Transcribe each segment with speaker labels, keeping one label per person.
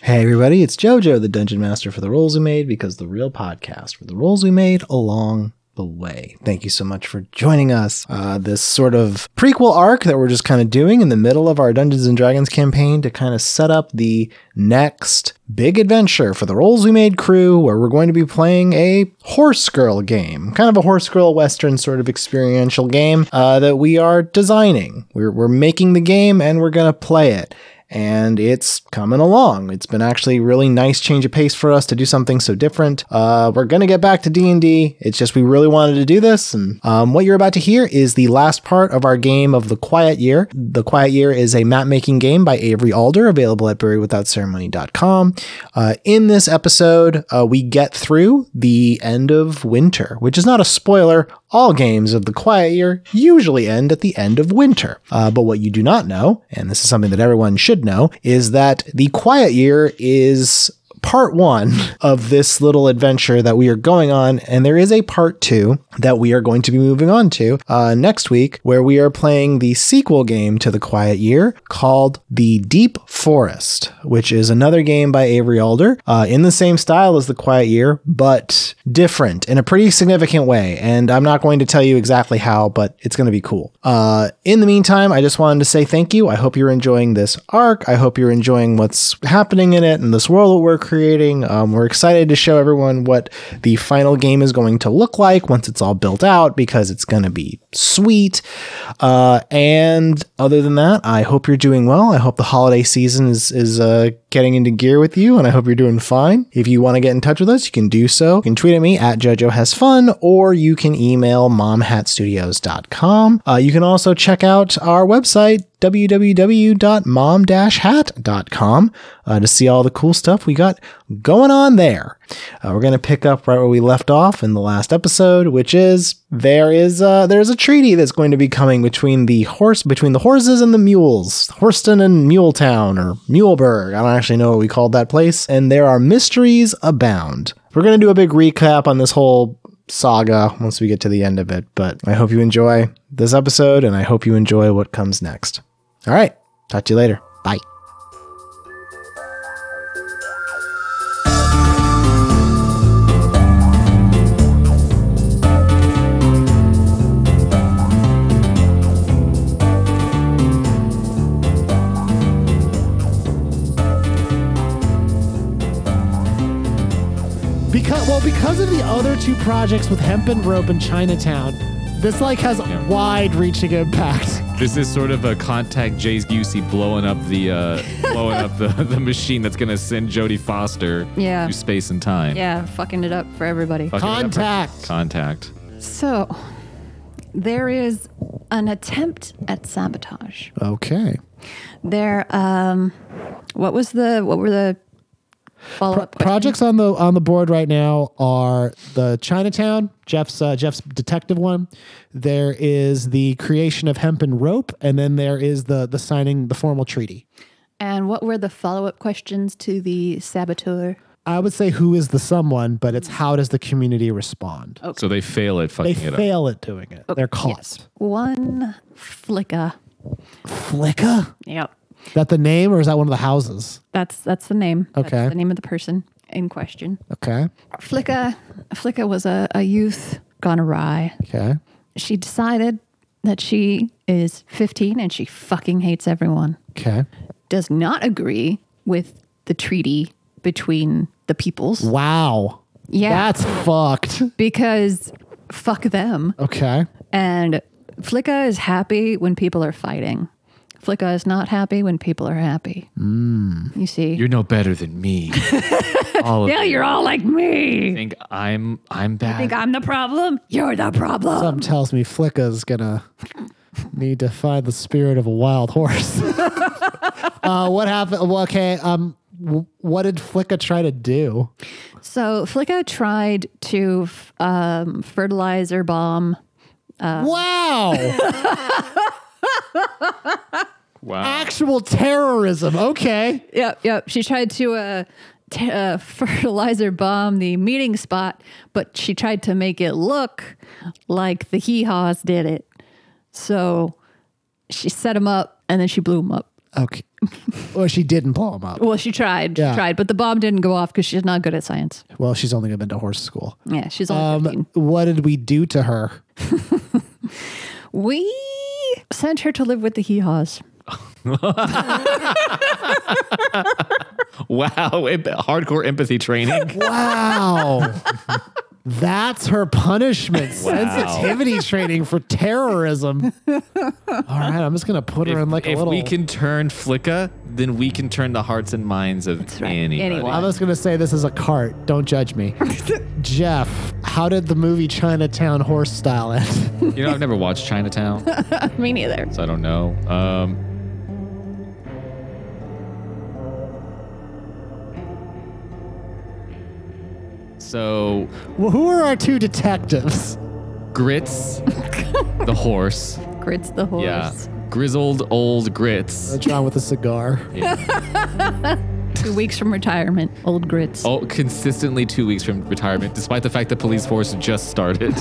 Speaker 1: Hey everybody, it's JoJo, the Dungeon Master for the roles we made because the real podcast were the roles we made along the way. Thank you so much for joining us. Uh, this sort of prequel arc that we're just kind of doing in the middle of our Dungeons and Dragons campaign to kind of set up the next big adventure for the roles we made crew, where we're going to be playing a horse girl game, kind of a horse girl western sort of experiential game uh, that we are designing. We're, we're making the game and we're going to play it and it's coming along. It's been actually a really nice change of pace for us to do something so different. Uh, we're gonna get back to D and D. It's just we really wanted to do this, and um, what you're about to hear is the last part of our game of the Quiet Year. The Quiet Year is a map making game by Avery Alder, available at BuriedWithoutCeremony.com. Uh, in this episode, uh, we get through the end of winter, which is not a spoiler. All games of the Quiet Year usually end at the end of winter. Uh, but what you do not know, and this is something that everyone should know, is that the Quiet Year is part one of this little adventure that we are going on, and there is a part two that we are going to be moving on to uh, next week, where we are playing the sequel game to The Quiet Year called The Deep Forest, which is another game by Avery Alder uh, in the same style as The Quiet Year, but different in a pretty significant way. And I'm not going to tell you exactly how, but it's going to be cool. Uh, in the meantime, I just wanted to say thank you. I hope you're enjoying this arc. I hope you're enjoying what's happening in it and this world that we're creating. Um, we're excited to show everyone what the final game is going to look like once it's all built out because it's going to be sweet. Uh, and other than that, I hope you're doing well. I hope the holiday season is is uh, getting into gear with you, and I hope you're doing fine. If you want to get in touch with us, you can do so. You can tweet at me at JoJo has fun, or you can email momhatstudios.com. Uh, you can also check out our website www.mom-hat.com uh, to see all the cool stuff we got going on there. Uh, we're going to pick up right where we left off in the last episode, which is there is uh, there's a treaty that's going to be coming between the horse between the horses and the mules, Horston and Muletown or Muleberg. I don't actually know what we called that place, and there are mysteries abound. We're going to do a big recap on this whole saga once we get to the end of it, but I hope you enjoy this episode and I hope you enjoy what comes next. All right, talk to you later. Bye.
Speaker 2: Because well, because of the other two projects with hemp and rope and Chinatown, this like has
Speaker 3: Yeah.
Speaker 2: wide-reaching impact.
Speaker 3: This is sort of a contact Jay's Busey blowing up the uh, blowing up the, the machine that's gonna send Jodie Foster
Speaker 4: Yeah.
Speaker 3: through space and time.
Speaker 4: Yeah, fucking it up for everybody.
Speaker 3: Fucking it up for-
Speaker 2: Contact.
Speaker 3: Contact.
Speaker 4: So, there is an attempt at sabotage.
Speaker 1: Okay.
Speaker 4: There, um, what was the, what were the follow up
Speaker 2: Projects on the on the board right now are the Chinatown, Jeff's uh, Jeff's detective one. There is the creation of hemp and rope, and then there is the the signing the formal treaty.
Speaker 4: And what were the follow up questions to the saboteur?
Speaker 2: I would say who is the someone, but it's how does the community respond?
Speaker 3: So they fail at
Speaker 2: They
Speaker 3: fucking it up.
Speaker 2: fail at doing it. They're caught.
Speaker 4: One flicker.
Speaker 2: Flicka?
Speaker 4: Yep.
Speaker 2: Is that the name or is that one of the houses?
Speaker 4: That's, that's the name. That's
Speaker 2: Okay.
Speaker 4: the name of the person in question.
Speaker 2: Okay.
Speaker 4: Flicka, Flicka was a, a youth gone awry.
Speaker 2: Okay.
Speaker 4: She decided that she is 15 and she fucking hates everyone.
Speaker 2: Okay.
Speaker 4: does not agree with the treaty between the peoples
Speaker 2: Wow.
Speaker 4: Yeah.
Speaker 2: That's fucked.
Speaker 4: because fuck them.
Speaker 2: Okay.
Speaker 4: And Flicka is happy when people are fighting. Flicka is not happy when people are happy. You see?
Speaker 3: You're no better than me. All of
Speaker 4: yeah,
Speaker 3: you
Speaker 4: you're all like me.
Speaker 3: think I'm I'm bad.
Speaker 4: Think I'm the problem? You're the problem.
Speaker 2: Something tells me Flicka's gonna need to find the spirit of a wild horse. uh, what happened? Well, okay. Um, w- what did Flicka try to do?
Speaker 4: so Flicka tried to f- um, fertilizer bomb.
Speaker 2: wow.
Speaker 3: wow.
Speaker 2: Actual terrorism. Okay.
Speaker 4: Yep, yep. She tried to uh, t- uh, fertilizer bomb the meeting spot, but she tried to make it look like the hee haws did it. So she set him up and then she blew him up.
Speaker 1: Okay. Well, she didn't blow him up.
Speaker 4: Well, she tried,
Speaker 1: Yeah.
Speaker 4: she tried, but the bomb didn't go off because she's not good at science.
Speaker 1: Well, she's only been to horse school.
Speaker 4: Yeah, she's only
Speaker 1: Um,
Speaker 4: 15.
Speaker 1: what did we do to her?
Speaker 4: We sent her to live with the hee haws.
Speaker 3: Wow, em- hardcore empathy training.
Speaker 1: Wow. That's her punishment. Sensitivity training for terrorism. All right, I'm just gonna put her in like a
Speaker 3: if
Speaker 1: little.
Speaker 3: we can turn Flicka, then we can turn the hearts and minds of
Speaker 4: right,
Speaker 3: anybody.
Speaker 4: anyone.
Speaker 1: I'm just gonna say this is a cart. Don't judge me. Jeff, how did the movie Chinatown horse style end?
Speaker 3: You know, I've never watched Chinatown, so
Speaker 4: Me neither.
Speaker 3: I don't know. Um, so
Speaker 1: well, who are our two detectives?
Speaker 3: Grits, the horse.
Speaker 4: Grits the horse.
Speaker 3: Yeah. Grizzled old Grits.
Speaker 1: What's wrong with a cigar?
Speaker 4: Two weeks from retirement. Old grits.
Speaker 3: Oh, consistently two weeks from retirement, despite the fact the police force just started.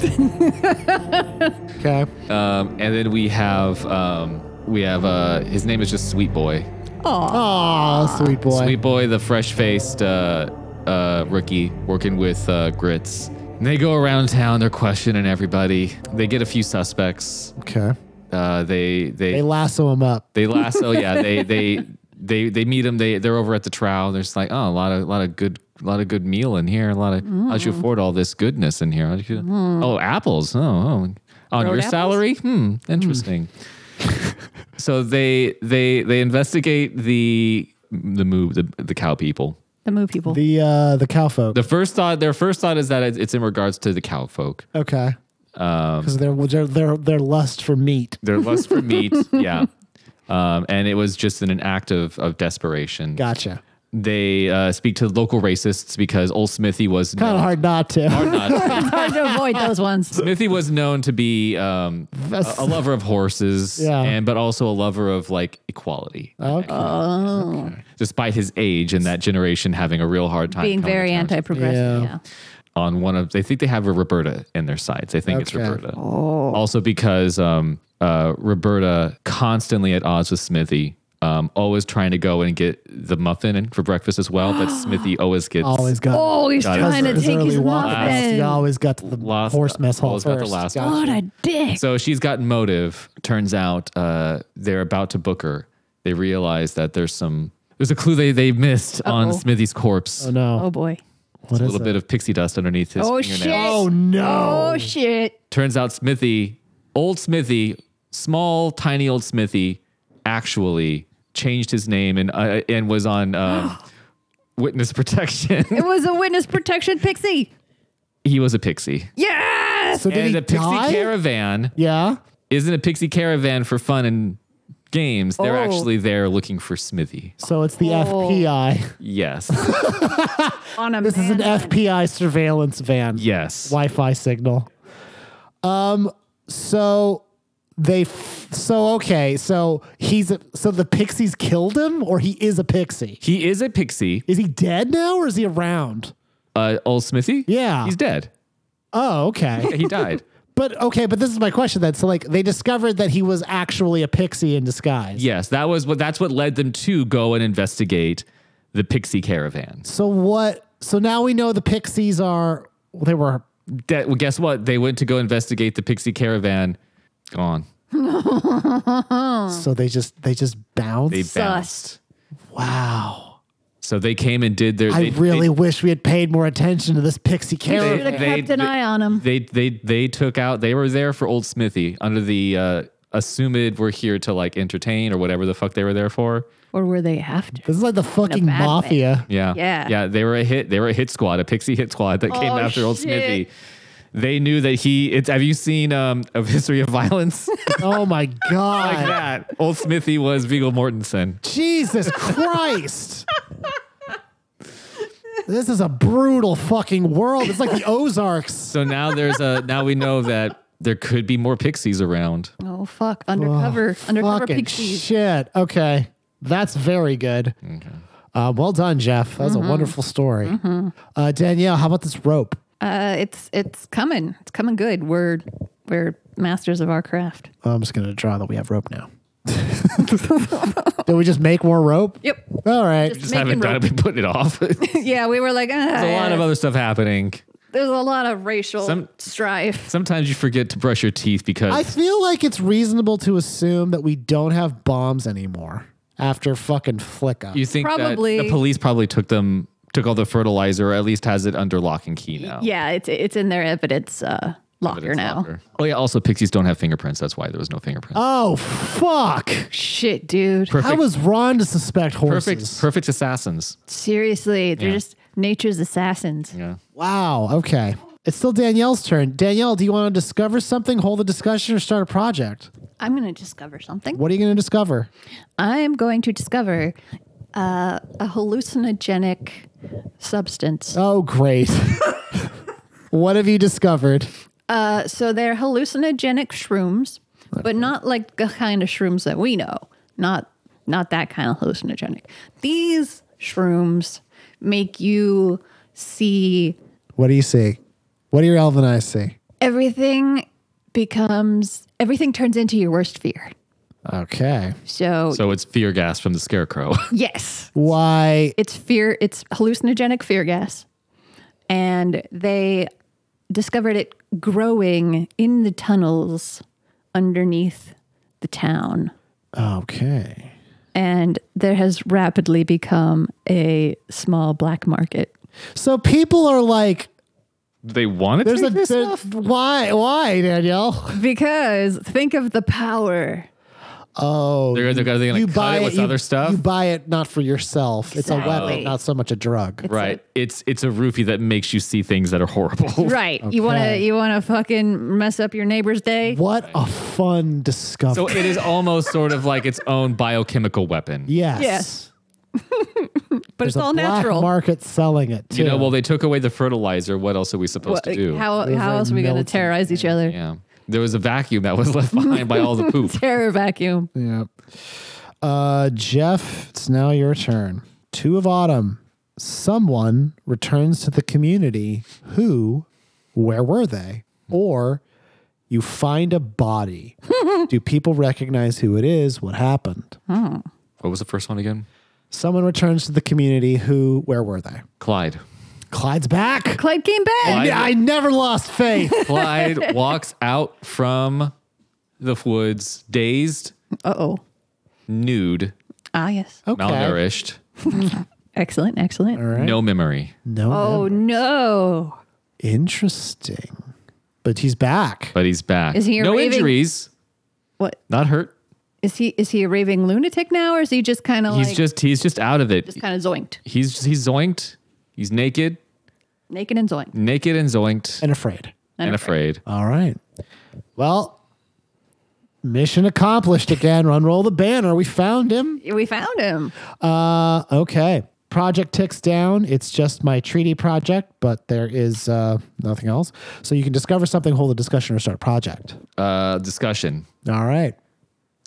Speaker 1: Okay.
Speaker 3: Um, and then we have um, we have uh, his name is just Sweet Boy.
Speaker 4: Aw.
Speaker 1: Oh, sweet boy.
Speaker 3: Sweet Boy, the fresh-faced uh, uh, rookie working with uh, Grits. And they go around town. They're questioning everybody. They get a few suspects.
Speaker 1: Okay.
Speaker 3: Uh, they
Speaker 1: They
Speaker 3: they
Speaker 1: lasso him up.
Speaker 3: they lasso. yeah, they they they they meet him. They they're over at the trial. They're just like, oh, a lot of a lot of good. A lot of good meal in here. A lot of how'd you afford all this goodness in here? How'd you- Oh, apples. Oh, oh. on
Speaker 4: Road
Speaker 3: your
Speaker 4: apples?
Speaker 3: salary? Hmm, interesting. so they they they investigate the the move the the cow people.
Speaker 4: The moo people.
Speaker 1: The uh the cow folk.
Speaker 3: The first thought, their first thought is that it- it's in regards to the cow folk.
Speaker 1: okay.
Speaker 3: Um,
Speaker 1: Because their their their their lust for meat.
Speaker 3: Their lust for meat, yeah, um, and it was just in an act of of desperation.
Speaker 1: Gotcha.
Speaker 3: They uh, speak to local racists because Old Smithy was
Speaker 1: Kind
Speaker 3: known-
Speaker 1: of hard not to.
Speaker 3: Hard not.
Speaker 4: Hard to avoid those ones.
Speaker 3: Smithy was known to be um, a, a lover of horses,
Speaker 1: Yeah. Oh.
Speaker 3: and but also a lover of like equality,
Speaker 1: Okay.
Speaker 3: uh, despite his age and that generation having a real hard time
Speaker 4: Being
Speaker 3: coming to
Speaker 4: very
Speaker 3: terms
Speaker 1: Yeah.
Speaker 4: anti-progressive. Yeah.
Speaker 3: on one of they think they have a Roberta in their sides. They think it's
Speaker 1: Okay.
Speaker 3: Roberta.
Speaker 4: Oh.
Speaker 3: Also because um, uh, Roberta constantly at odds with Smithy, um, always trying to go and get the muffin and for breakfast as well. But Smithy always gets
Speaker 1: Always got.
Speaker 4: Oh, he's
Speaker 3: Got it.
Speaker 4: trying to
Speaker 3: His
Speaker 4: take his
Speaker 1: walkouts, You
Speaker 4: muffin.
Speaker 1: always got to the
Speaker 3: Last-
Speaker 1: horse mess hall
Speaker 3: always
Speaker 1: first.
Speaker 3: got the last
Speaker 1: Gotcha.
Speaker 4: What a dick.
Speaker 3: So she's got motive. Turns out uh, they're about to book her. They realize that there's some there's a clue they they missed on
Speaker 4: Uh-oh.
Speaker 3: Smithy's corpse.
Speaker 1: Oh no.
Speaker 4: Oh, boy.
Speaker 1: What
Speaker 3: a
Speaker 1: is
Speaker 3: little
Speaker 1: it?
Speaker 3: bit of pixie dust underneath his
Speaker 4: Oh,
Speaker 3: fingernails.
Speaker 4: shit.
Speaker 1: Oh no.
Speaker 4: Oh, shit.
Speaker 3: Turns out Smithy, old Smithy, small, tiny old Smithy, actually changed his name and uh, and was on um, witness protection.
Speaker 4: It was a witness protection pixie.
Speaker 3: he was a pixie.
Speaker 4: Yes.
Speaker 1: So did
Speaker 3: and
Speaker 1: he
Speaker 3: a pixie
Speaker 1: die?
Speaker 3: caravan
Speaker 1: yeah.
Speaker 3: isn't a pixie caravan for fun and games. They're
Speaker 4: Oh.
Speaker 3: actually there looking for Smithy.
Speaker 1: So it's the
Speaker 4: Oh.
Speaker 1: FPI.
Speaker 3: Yes.
Speaker 4: On a
Speaker 1: This is an FPI surveillance van.
Speaker 3: yes.
Speaker 1: Wi-Fi signal. Um. So they. F- so okay. So he's a, so the pixies killed him, or he is a pixie.
Speaker 3: He is a pixie.
Speaker 1: Is he dead now, or is he around?
Speaker 3: Uh, old Smithy?
Speaker 1: Yeah.
Speaker 3: He's dead.
Speaker 1: Oh, okay.
Speaker 3: Yeah, he died.
Speaker 1: but okay, but this is my question then. So like they discovered that he was actually a pixie in disguise.
Speaker 3: yes, that was what that's what led them to go and investigate the pixie caravan.
Speaker 1: So what? So now we know the pixies are they were
Speaker 3: That, well, guess what? They went to go investigate the Pixie Caravan. Gone.
Speaker 1: so they just they just bounced.
Speaker 3: They
Speaker 4: Sus.
Speaker 3: bounced.
Speaker 1: wow.
Speaker 3: So they came and did their.
Speaker 1: I
Speaker 3: they,
Speaker 1: really wish we had paid more attention to this pixie
Speaker 3: They,
Speaker 1: caravan.
Speaker 4: Should've kept an eye on 'em.
Speaker 3: They, they they took out. They were there for Old Smithy under the uh, assumed we're here to like entertain or whatever the fuck they were there for.
Speaker 4: Or were they have to?
Speaker 1: This is like the fucking
Speaker 4: bad way.
Speaker 1: mafia.
Speaker 3: Yeah.
Speaker 4: Yeah.
Speaker 3: Yeah. They were a hit. They were a hit squad, a pixie hit squad that came
Speaker 4: Oh,
Speaker 3: after Old
Speaker 4: shit.
Speaker 3: Smithy. They knew that he. It's. Have you seen um, a history of violence?
Speaker 1: Oh my
Speaker 3: like
Speaker 1: god.
Speaker 3: that. Old Smithy was Viggo Mortensen.
Speaker 1: Jesus Christ. this is a brutal fucking world. It's like the Ozarks.
Speaker 3: So now there's a. Now we know that there could be more pixies around.
Speaker 4: Oh, fuck. Undercover. undercover
Speaker 1: Oh, Fucking
Speaker 4: pixies.
Speaker 1: shit. Okay. That's very good. Uh, well done, Jeff. That was
Speaker 4: Mm-hmm.
Speaker 1: a wonderful story. Uh, Danielle, how about this rope?
Speaker 4: Uh, it's it's coming. It's coming good. We're we're masters of our craft.
Speaker 1: I'm just going to draw that we have rope now. Did we just make more rope?
Speaker 4: Yep.
Speaker 1: All right.
Speaker 3: Just haven't done it, been putting it off. There's
Speaker 4: Yeah, we were like, ah,
Speaker 3: a lot of
Speaker 4: yeah.
Speaker 3: other stuff happening.
Speaker 4: there's a lot of racial
Speaker 3: Some-
Speaker 4: strife.
Speaker 3: Sometimes you forget to brush your teeth because
Speaker 1: I feel like it's reasonable to assume that we don't have bombs anymore after fucking flick up.
Speaker 3: you think that
Speaker 4: Probably-
Speaker 3: the police probably took them took all the fertilizer or at least has it under lock and key now.
Speaker 4: Yeah, it's it's in their evidence uh, locker
Speaker 3: It's
Speaker 4: now.
Speaker 3: Oh. locker. Oh yeah. Also, pixies don't have fingerprints. That's why there was no fingerprints.
Speaker 1: oh fuck.
Speaker 4: Shit, dude.
Speaker 1: How
Speaker 3: perfect.
Speaker 1: was Ron to suspect horses?
Speaker 3: perfect. Perfect assassins.
Speaker 4: Seriously, they're
Speaker 3: Yeah.
Speaker 4: just nature's assassins.
Speaker 3: Yeah.
Speaker 1: Wow. Okay. It's still Danielle's turn. Danielle, do you want to discover something, hold a discussion, or start a project?
Speaker 4: I'm going to discover something.
Speaker 1: What are you going to discover?
Speaker 4: I'm going to discover uh, a hallucinogenic substance.
Speaker 1: Oh, great. what have you discovered?
Speaker 4: Uh, so they're hallucinogenic shrooms, but not like the kind of shrooms that we know. Not not that kind of hallucinogenic. These shrooms make you see
Speaker 1: What do you see? What do your elven eyes see?
Speaker 4: everything becomes everything turns into your worst fear.
Speaker 1: Okay.
Speaker 4: So,
Speaker 3: So it's fear gas from the scarecrow.
Speaker 4: yes,
Speaker 1: Why?
Speaker 4: it's fear. It's hallucinogenic fear gas, and they discovered it growing in the tunnels underneath the town.
Speaker 1: Okay.
Speaker 4: and there has rapidly become a small black market.
Speaker 1: So people are like,
Speaker 3: they wanted
Speaker 1: there's
Speaker 3: to
Speaker 1: a
Speaker 3: take this
Speaker 1: there-
Speaker 3: stuff?
Speaker 1: why why Danielle?
Speaker 4: Because think of the power.
Speaker 1: Oh,
Speaker 3: They're, they're gonna, they're gonna cut it with
Speaker 1: you-
Speaker 3: other stuff.
Speaker 1: You buy it not for yourself. It's a weapon,
Speaker 4: Exactly.
Speaker 1: not so much a drug.
Speaker 3: right. it's it's a roofie that makes you see things that are horrible.
Speaker 4: Right. You wanna
Speaker 1: Okay.
Speaker 4: you wanna fucking mess up your neighbor's day?
Speaker 1: What a fun discovery.
Speaker 3: So it is almost sort of like its own biochemical weapon.
Speaker 1: yes.
Speaker 4: Yes. But
Speaker 1: There's
Speaker 4: it's all
Speaker 1: a black
Speaker 4: natural.
Speaker 1: market selling it too.
Speaker 3: You know, well, they took away the fertilizer. What else are we supposed
Speaker 4: What-
Speaker 3: to do?
Speaker 4: How
Speaker 1: Those
Speaker 4: how
Speaker 1: are
Speaker 4: else are we gonna
Speaker 1: melting.
Speaker 4: terrorize each other?
Speaker 3: yeah. There was a vacuum that was left behind by all the poop.
Speaker 4: Terror vacuum.
Speaker 1: yeah. Uh, Jeff, it's now your turn. Two of autumn. Someone returns to the community. Who? Where were they? Or you find a body. Do people recognize who it is? What happened?
Speaker 3: What was the first one again?
Speaker 1: Someone returns to the community. Who? Where were they?
Speaker 3: Clyde.
Speaker 1: Clyde's back.
Speaker 4: Clyde came back.
Speaker 3: Clyde-
Speaker 1: Yeah, I never lost faith.
Speaker 3: Clyde walks out from the woods, dazed,
Speaker 4: Uh oh.
Speaker 3: nude,
Speaker 4: Ah yes.
Speaker 1: Okay.
Speaker 3: malnourished,
Speaker 4: Excellent, excellent.
Speaker 1: All right.
Speaker 3: no memory.
Speaker 1: No.
Speaker 4: Oh no.
Speaker 1: Interesting. But he's back.
Speaker 3: But he's back.
Speaker 4: Is he a
Speaker 3: no
Speaker 4: raving-
Speaker 3: injuries.
Speaker 4: What
Speaker 3: Not hurt.
Speaker 4: is he is he a raving lunatic now or is he just kinda
Speaker 3: He's
Speaker 4: like
Speaker 3: just he's just out of it.
Speaker 4: just kinda zoinked?
Speaker 3: he's he's zoinked. He's naked,
Speaker 4: Naked and zoinked.
Speaker 3: naked and zoinked
Speaker 1: And afraid.
Speaker 3: and afraid.
Speaker 1: All right. Well, mission accomplished again. Unroll the banner. We found him.
Speaker 4: We found him.
Speaker 1: Uh, okay. Project ticks down. It's just my treaty project, but there is uh, nothing else. So you can discover something, hold a discussion, or start a project.
Speaker 3: Uh, discussion.
Speaker 1: All right.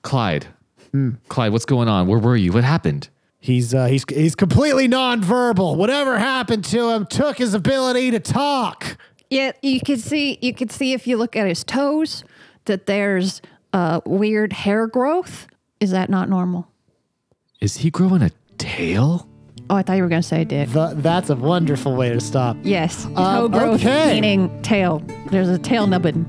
Speaker 3: Clyde.
Speaker 4: Hmm.
Speaker 3: Clyde, what's going on? Where were you? What happened?
Speaker 1: He's uh, he's he's completely nonverbal. Whatever happened to him took his ability to talk.
Speaker 4: Yeah, you could see you could see if you look at his toes that there's uh, weird hair growth. Is that not normal?
Speaker 3: Is he growing a tail?
Speaker 4: Oh, I thought you were gonna say dick.
Speaker 1: Th- that's a wonderful way to stop.
Speaker 4: Yes, Uh, toe growth
Speaker 1: okay.
Speaker 4: meaning tail. There's a tail nubbin.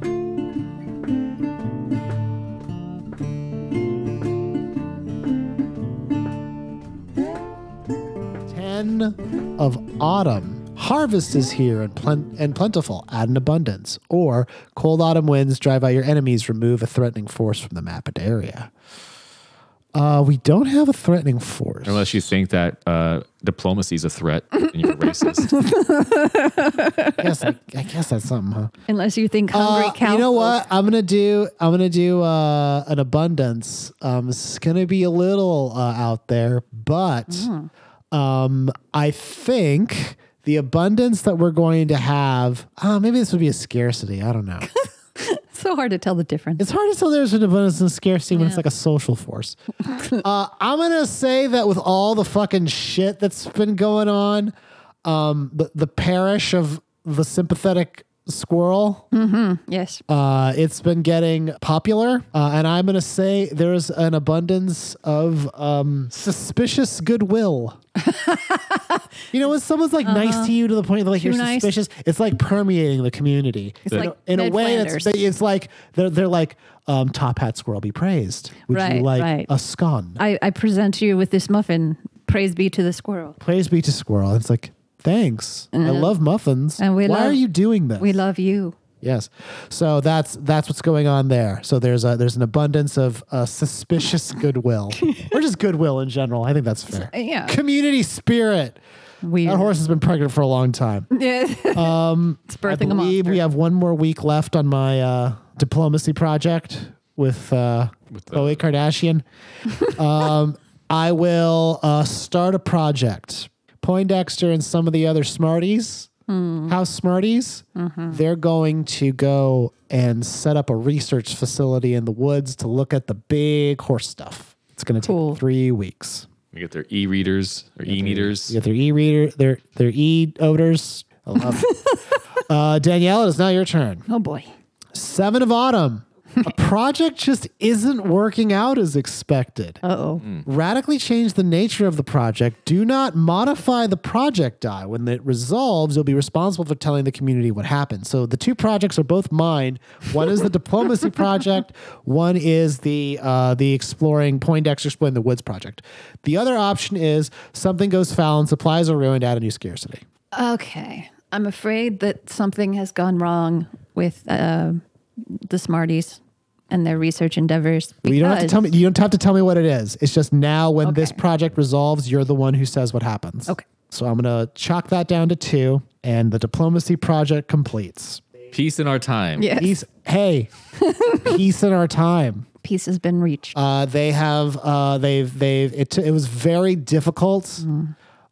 Speaker 1: Ten of autumn. Harvest is here and, plen- and plentiful, add an abundance. Or cold autumn winds drive out your enemies, remove a threatening force from the mapped area. Uh, we don't have a threatening force.
Speaker 3: Unless you think that uh, diplomacy is a threat and you're racist.
Speaker 1: I guess, I, I guess that's something, huh?
Speaker 4: Unless you think hungry
Speaker 1: Uh,
Speaker 4: cow.
Speaker 1: you know what? I'm gonna do. I'm gonna do uh, an abundance. Um, it's gonna be a little uh, out there, but
Speaker 4: Mm-hmm.
Speaker 1: um, I think the abundance that we're going to have. Uh, maybe this would be a scarcity. I don't know.
Speaker 4: It's so hard to tell the difference.
Speaker 1: it's hard to tell there's an abundance and scarcity when it's
Speaker 4: Yeah.
Speaker 1: like a social force. uh, I'm gonna say that with all the fucking shit that's been going on, um, the the parish of the sympathetic squirrel.
Speaker 4: Yes.
Speaker 1: Uh, it's been getting popular, uh, and I'm going to say there's an abundance of um, suspicious goodwill. you know, when someone's like nice to you to the point that like you're
Speaker 4: Uh-huh. Too nice.
Speaker 1: suspicious, it's like permeating the community. It's
Speaker 4: like
Speaker 1: in a
Speaker 4: Ned
Speaker 1: way,
Speaker 4: Flanders.
Speaker 1: it's, it's like they're they're like um, top hat squirrel be praised. Would you
Speaker 4: Right,
Speaker 1: like
Speaker 4: right.
Speaker 1: a scone?
Speaker 4: I, I present you with this muffin. Praise be to the squirrel.
Speaker 1: Praise be to squirrel. It's like thanks. I love muffins.
Speaker 4: Uh-huh. and we
Speaker 1: Why
Speaker 4: love-
Speaker 1: are you doing this?
Speaker 4: We love you.
Speaker 1: Yes. So that's that's what's going on there. So there's a there's an abundance of uh, suspicious goodwill, or just goodwill in general. I think that's fair.
Speaker 4: Yeah.
Speaker 1: Community spirit.
Speaker 4: We.
Speaker 1: That horse has been pregnant for a long time.
Speaker 4: it's
Speaker 1: Um, I
Speaker 4: birthing a
Speaker 1: believe
Speaker 4: monster.
Speaker 1: we have one more week left on my uh, diplomacy project with uh,
Speaker 3: With the-
Speaker 1: Khloe Kardashian. um, I will uh, start a project. Poindexter and some of the other smarties,
Speaker 4: Hmm.
Speaker 1: house smarties,
Speaker 4: Mm-hmm.
Speaker 1: they're going to go and set up a research facility in the woods to look at the big horse stuff. It's going to
Speaker 4: Cool.
Speaker 1: take three weeks.
Speaker 3: You get their e-readers or e-meters.
Speaker 1: You got their e-reader, their their e-odors. I love it. uh, Danielle, it is now your turn.
Speaker 4: oh boy.
Speaker 1: Seven of Autumn. A project just isn't working out as expected.
Speaker 4: Uh oh.
Speaker 1: Radically change the nature of the project. Do not modify the project die. When it resolves, you'll be responsible for telling the community what happened. So the two projects are both mine. One is the diplomacy project. One is the uh, the exploring Poindexter Split in the Woods project. The other option is something goes foul and supplies are ruined out of new scarcity.
Speaker 4: Okay. I'm afraid that something has gone wrong with uh, the Smarties and their research endeavors.
Speaker 1: You don't have to
Speaker 4: because-
Speaker 1: tell me. You don't have to tell me what it is. It's just now when this
Speaker 4: Okay.
Speaker 1: project resolves, you're the one who says what happens.
Speaker 4: Okay.
Speaker 1: So I'm gonna chalk that down to two, and the diplomacy project completes.
Speaker 3: Peace in our time.
Speaker 4: Yes.
Speaker 1: Peace. Hey, peace in our time.
Speaker 4: Peace has been reached.
Speaker 1: Uh, they have. Uh, they've. They've. It. t- it was very difficult.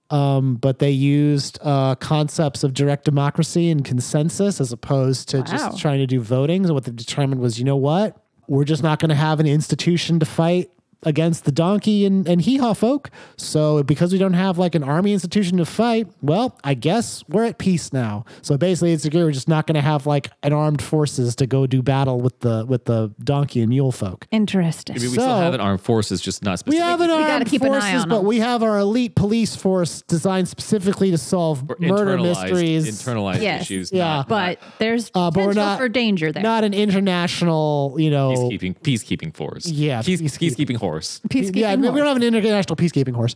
Speaker 1: Um, but they used uh, concepts of direct democracy and consensus as opposed to
Speaker 4: Wow.
Speaker 1: just trying to do voting. So what they determined was, you know what? We're just not going to have an institution to fight against the donkey and, and hee haw folk. So because we don't have like an army institution to fight, well, I guess we're at peace now. So basically it's like we're just not going to have like an armed forces to go do battle with the with the donkey and mule folk.
Speaker 4: Interesting.
Speaker 3: I mean, we
Speaker 1: So-
Speaker 3: still have an armed forces, just not
Speaker 1: We
Speaker 3: specific.
Speaker 1: have an
Speaker 4: gotta
Speaker 1: armed
Speaker 4: keep an eye
Speaker 1: um, forces,
Speaker 4: on
Speaker 1: but
Speaker 4: them.
Speaker 1: we have our elite police force designed specifically to solve
Speaker 3: or
Speaker 1: murder
Speaker 3: internalized-
Speaker 1: mysteries.
Speaker 3: Internalized
Speaker 4: Yes.
Speaker 3: issues.
Speaker 1: Yeah.
Speaker 3: not-
Speaker 4: but there's
Speaker 1: Uh, but we're
Speaker 4: potential
Speaker 1: not-
Speaker 4: for danger there.
Speaker 1: Not an international, you know.
Speaker 3: peacekeeping, peacekeeping force.
Speaker 1: Yeah,
Speaker 3: Peace,
Speaker 1: peacekeeping.
Speaker 3: peacekeeping. horse.
Speaker 4: Peacekeeping
Speaker 1: Yeah, we don't
Speaker 4: horse.
Speaker 1: have an international peacekeeping horse.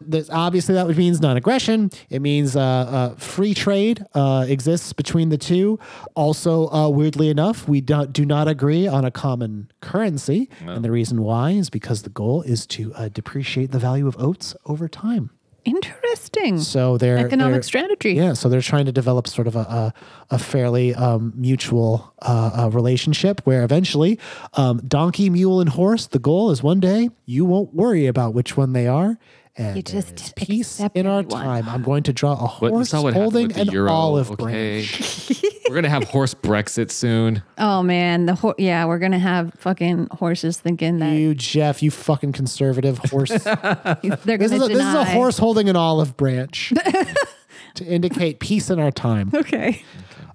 Speaker 1: There's, obviously, that would- means non-aggression. It means uh, uh, free trade uh, exists between the two. Also, uh, weirdly enough, we do, do not agree on a common currency, and the reason why is because the goal is to uh, depreciate the value of oats over time.
Speaker 4: Interesting.
Speaker 1: So they're
Speaker 4: Economic
Speaker 1: they're-
Speaker 4: strategy.
Speaker 1: Yeah, so they're trying to develop sort of a a, a fairly um, mutual uh, uh, relationship where eventually, um, donkey, mule, and horse. The goal is one day you won't worry about which one they are, and
Speaker 4: You
Speaker 1: there
Speaker 4: just
Speaker 1: is peace
Speaker 4: accept
Speaker 1: in our
Speaker 4: everyone.
Speaker 1: time. I'm going to draw a
Speaker 3: But you
Speaker 1: horse
Speaker 3: saw what happened
Speaker 1: holding
Speaker 3: with the
Speaker 1: an
Speaker 3: euro.
Speaker 1: olive branch.
Speaker 3: okay. We're gonna have horse Brexit soon.
Speaker 4: Oh man, the ho- yeah, we're gonna have fucking horses thinking that
Speaker 1: You, Jeff, you fucking conservative horse. this,
Speaker 4: they're gonna
Speaker 1: is a,
Speaker 4: deny.
Speaker 1: this is a horse holding an olive branch to indicate peace in our time.
Speaker 4: Okay.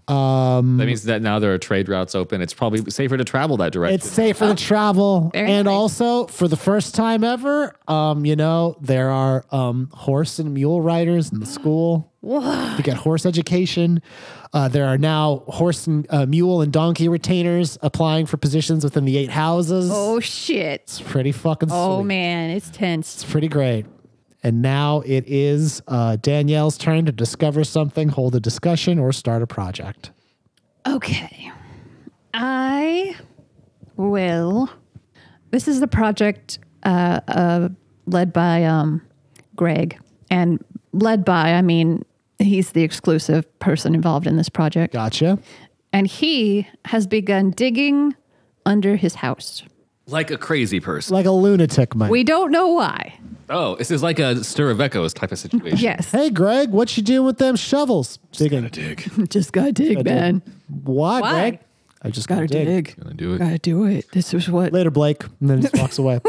Speaker 1: Mm.
Speaker 3: That means that now there are trade routes open. It's probably safer to travel that direction.
Speaker 1: It's safer to travel,
Speaker 4: Oh, Very
Speaker 1: and
Speaker 4: nice.
Speaker 1: also for the first time ever, um, you know there are um, horse and mule riders in the school. You get horse education. Uh, there are now horse and uh, mule and donkey retainers applying for positions within the eight houses.
Speaker 4: Oh shit.
Speaker 1: It's pretty fucking.
Speaker 4: Oh
Speaker 1: sweet.
Speaker 4: man, it's tense.
Speaker 1: it's pretty great. And now it is uh, Danielle's turn to discover something, hold a discussion, or start a project.
Speaker 4: Okay. I will. This is the project uh, uh, led by um, Greg. And led by, I mean, he's the exclusive person involved in this project.
Speaker 1: Gotcha.
Speaker 4: And he has begun digging under his house.
Speaker 3: like a crazy person.
Speaker 1: Like a lunatic, Mike.
Speaker 4: We don't know why.
Speaker 3: oh, this is like a stir of echoes type of situation.
Speaker 4: Yes.
Speaker 1: Hey, Greg, what you doing with them shovels? Digging.
Speaker 3: Dig.
Speaker 4: Just gotta dig, man.
Speaker 1: Why,
Speaker 4: Why?
Speaker 1: Greg? I just got to dig.
Speaker 3: Gonna do it.
Speaker 4: Gotta do it. This is what.
Speaker 1: Later, Blake. And then just walks away.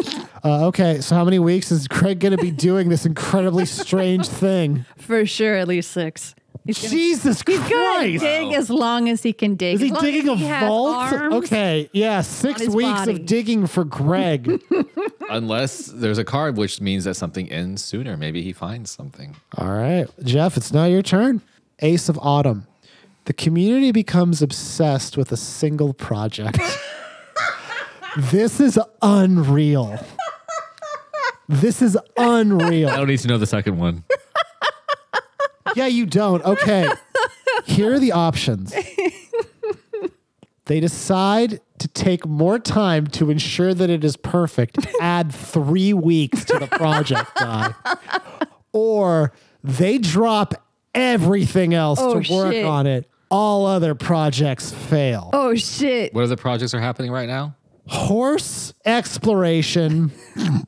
Speaker 1: Uh, okay, so how many weeks is Greg going to be doing this incredibly strange thing?
Speaker 4: For sure, at least six. He's gonna-
Speaker 1: Jesus
Speaker 4: He's gonna
Speaker 1: Christ!
Speaker 4: dig as long as he can dig.
Speaker 1: Is he
Speaker 4: As long
Speaker 1: digging a
Speaker 4: as he has
Speaker 1: vault?
Speaker 4: arms.
Speaker 1: Okay, yeah, six
Speaker 4: his
Speaker 1: weeks
Speaker 4: body.
Speaker 1: of digging for Greg.
Speaker 3: Unless there's a card, which means that something ends sooner. Maybe he finds something.
Speaker 1: All right, Jeff, it's now your turn. Ace of Autumn. The community becomes obsessed with a single project. this is unreal. This is
Speaker 3: I
Speaker 1: unreal.
Speaker 3: don't need to know the second one.
Speaker 1: Yeah, you don't. Okay. Here are the options. They decide to take more time to ensure that it is perfect. Add three weeks to the project guy. Or they drop everything else
Speaker 4: Oh,
Speaker 1: to work
Speaker 4: shit.
Speaker 1: on it. All other projects fail.
Speaker 4: Oh shit!
Speaker 3: What other projects are happening right now?
Speaker 1: Horse exploration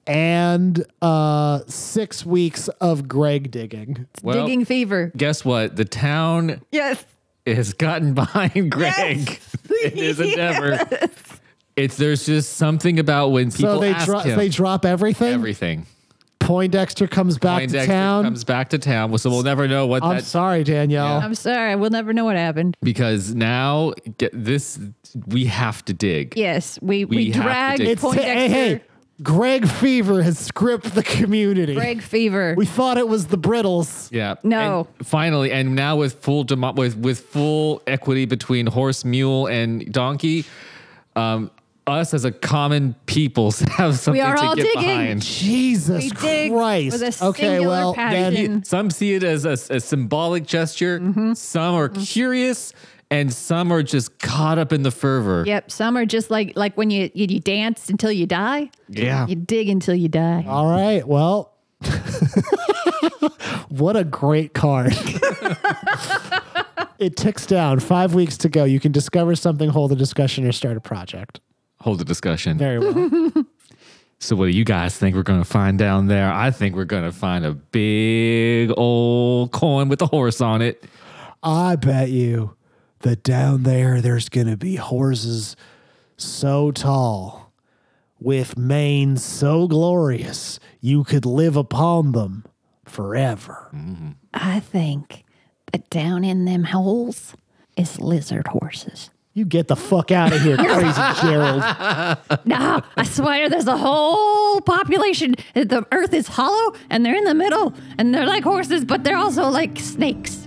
Speaker 1: and uh, six weeks of Greg digging.
Speaker 3: Well,
Speaker 4: Digging fever.
Speaker 3: guess what? The town
Speaker 4: Yes.
Speaker 3: has gotten behind Greg in his endeavor. It's there's just something about when people
Speaker 1: So they,
Speaker 3: ask
Speaker 1: dro-
Speaker 3: him
Speaker 1: they drop everything.
Speaker 3: everything.
Speaker 1: Poindexter comes back to
Speaker 3: Poindexter
Speaker 1: town.
Speaker 3: comes back to town, so we'll never know what
Speaker 1: I'm
Speaker 3: that
Speaker 1: sorry, Danielle.
Speaker 4: I'm sorry. We'll never know what happened.
Speaker 3: because now get this we have to dig.
Speaker 4: Yes, we we,
Speaker 3: We have to
Speaker 4: dragged
Speaker 3: dig.
Speaker 1: It's
Speaker 4: Poindexter.
Speaker 1: hey, hey, Greg Fever has scripted the community.
Speaker 4: Greg fever.
Speaker 1: We thought it was the Brittles.
Speaker 3: Yeah.
Speaker 4: No.
Speaker 3: And finally, and now with full demo- with with full equity between horse, mule, and donkey, um, us as a common people have something
Speaker 4: are
Speaker 3: to
Speaker 4: all
Speaker 3: get
Speaker 4: digging.
Speaker 3: behind.
Speaker 1: Jesus
Speaker 4: We dig
Speaker 1: Christ.
Speaker 4: with a
Speaker 1: okay,
Speaker 4: singular
Speaker 1: well,
Speaker 4: passion.
Speaker 1: then,
Speaker 3: Some see it as a, a symbolic gesture.
Speaker 4: Mm-hmm.
Speaker 3: Some are curious, and some are just caught up in the fervor.
Speaker 4: Yep, some are just like like when you you, you dance until you die.
Speaker 3: Yeah.
Speaker 4: you dig until you die.
Speaker 1: all right, well, what a great card. it ticks down. Five weeks to go. You can discover something, hold a discussion, or start a project.
Speaker 3: Hold the discussion.
Speaker 1: Very well.
Speaker 3: So, what do you guys think we're going to find down there? I think we're going to find a big old coin with a horse on it.
Speaker 1: I bet you that down there there's going to be horses so tall with manes so glorious you could live upon them forever.
Speaker 4: I think that down in them holes is lizard horses.
Speaker 1: You get the fuck out of here, crazy Gerald.
Speaker 4: No, I swear there's a whole population. The earth is hollow and they're in the middle and they're like horses, but they're also like snakes.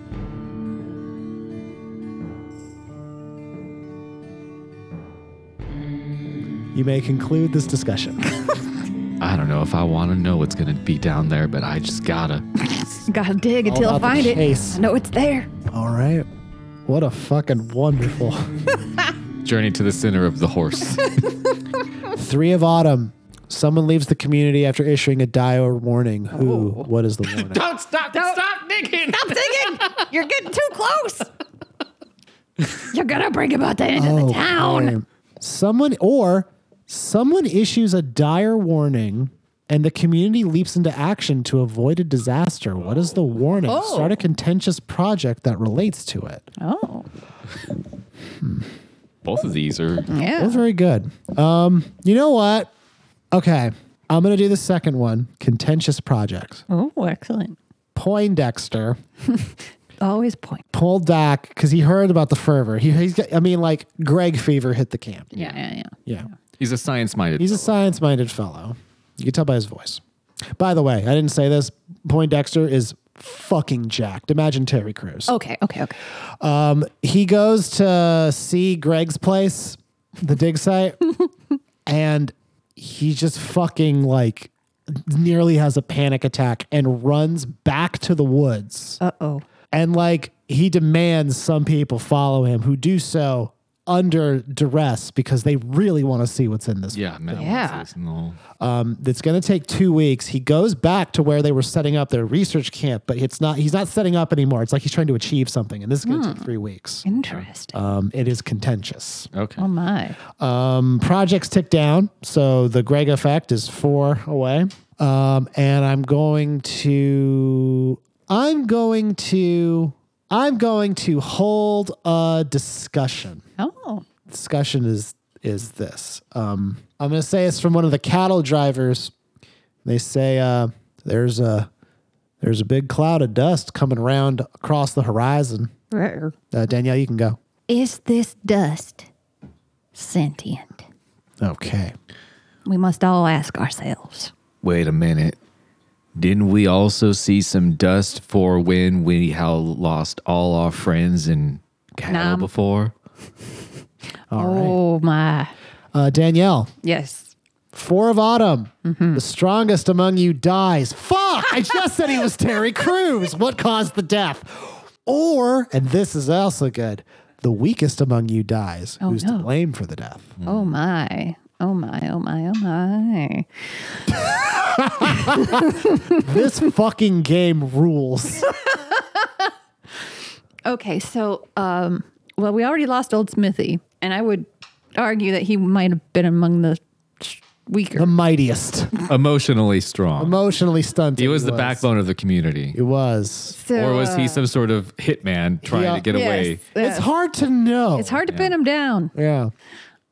Speaker 1: You may conclude this discussion.
Speaker 3: I don't know if I want to know what's going to be down there, but I just gotta.
Speaker 4: Gotta dig until I
Speaker 1: about the
Speaker 4: find it.
Speaker 1: chase.
Speaker 4: I know it's there.
Speaker 1: All right. What a fucking wonderful.
Speaker 3: Journey to the center of the horse.
Speaker 1: Three of Autumn. Someone leaves the community after issuing a dire warning. Who? What is the warning?
Speaker 3: don't stop! Stop digging!
Speaker 4: I'm digging. You're getting too close. You're gonna bring about the end of the town.
Speaker 1: Oh, man. Someone or someone issues a dire warning and the community leaps into action to avoid a disaster. What is the warning?
Speaker 4: Oh.
Speaker 1: Start a contentious project that relates to it.
Speaker 4: Oh,
Speaker 3: Both of these are.
Speaker 1: That's
Speaker 4: yeah.
Speaker 1: very good. Um, you know what? Okay. I'm going to do the second one, contentious project.
Speaker 4: Oh, excellent.
Speaker 1: Poindexter
Speaker 4: Always point.
Speaker 1: pulled back cuz he heard about the fervor. He he's got, I mean like Greg fever hit the camp.
Speaker 4: Yeah, yeah, yeah.
Speaker 1: Yeah.
Speaker 3: He's a science-minded.
Speaker 1: He's a science minded fellow. You can tell by his voice. By the way, I didn't say this. Poindexter is fucking jacked. Imagine Terry Crews.
Speaker 4: Okay, okay, okay.
Speaker 1: He goes to see Greg's place, the dig site, and he just fucking like nearly has a panic attack and runs back to the woods.
Speaker 4: Uh oh.
Speaker 1: And like he demands some people follow him who do so under duress because they really want to see what's in this
Speaker 3: yeah, man.
Speaker 4: Yeah.
Speaker 3: what's this? No.
Speaker 1: that's going to Um, take two weeks. He goes back to where they were setting up their research camp, but it's not. He's not setting up anymore. It's like he's trying to achieve something, and this is going to take three weeks.
Speaker 4: Interesting.
Speaker 1: Um, it is contentious.
Speaker 3: Okay.
Speaker 4: oh my.
Speaker 1: Um, projects tick down, so the Greg effect is four away. Um, and I'm going to, I'm going to, I'm going to hold a discussion
Speaker 4: Oh.
Speaker 1: discussion is is this. Um, I'm going to say it's from one of the cattle drivers. They say uh, there's a There's a big cloud of dust coming around across the horizon. Uh, Danielle, you can go.
Speaker 4: Is this dust sentient?
Speaker 1: Okay.
Speaker 4: We must all ask ourselves.
Speaker 3: Wait a minute. Didn't we also see some dust for when we had lost all our friends and cattle
Speaker 4: Nam.
Speaker 3: before?
Speaker 4: oh my.
Speaker 1: Uh, Danielle,
Speaker 4: Yes.
Speaker 1: Four of Autumn,
Speaker 4: Mm-hmm.
Speaker 1: the strongest among you dies. Fuck! I just said he was Terry Crews. What caused the death? Or, and this is also good, the weakest among you dies.
Speaker 4: Oh,
Speaker 1: who's
Speaker 4: no.
Speaker 1: to blame for the death?
Speaker 4: Oh my. Oh my. Oh my. Oh my.
Speaker 1: this fucking game rules.
Speaker 4: Okay, so um well we already lost old Smithy, and I would argue that he might have been among the sh- weaker.
Speaker 1: The mightiest.
Speaker 3: Emotionally strong.
Speaker 1: Emotionally stunted.
Speaker 3: he was the backbone of the community.
Speaker 1: It was.
Speaker 4: So,
Speaker 3: or was he
Speaker 4: uh,
Speaker 3: some sort of hitman trying
Speaker 1: Yeah.
Speaker 3: to get
Speaker 4: yes, uh,
Speaker 3: away?
Speaker 1: It's hard to know.
Speaker 4: It's hard to pin him down.
Speaker 1: Yeah.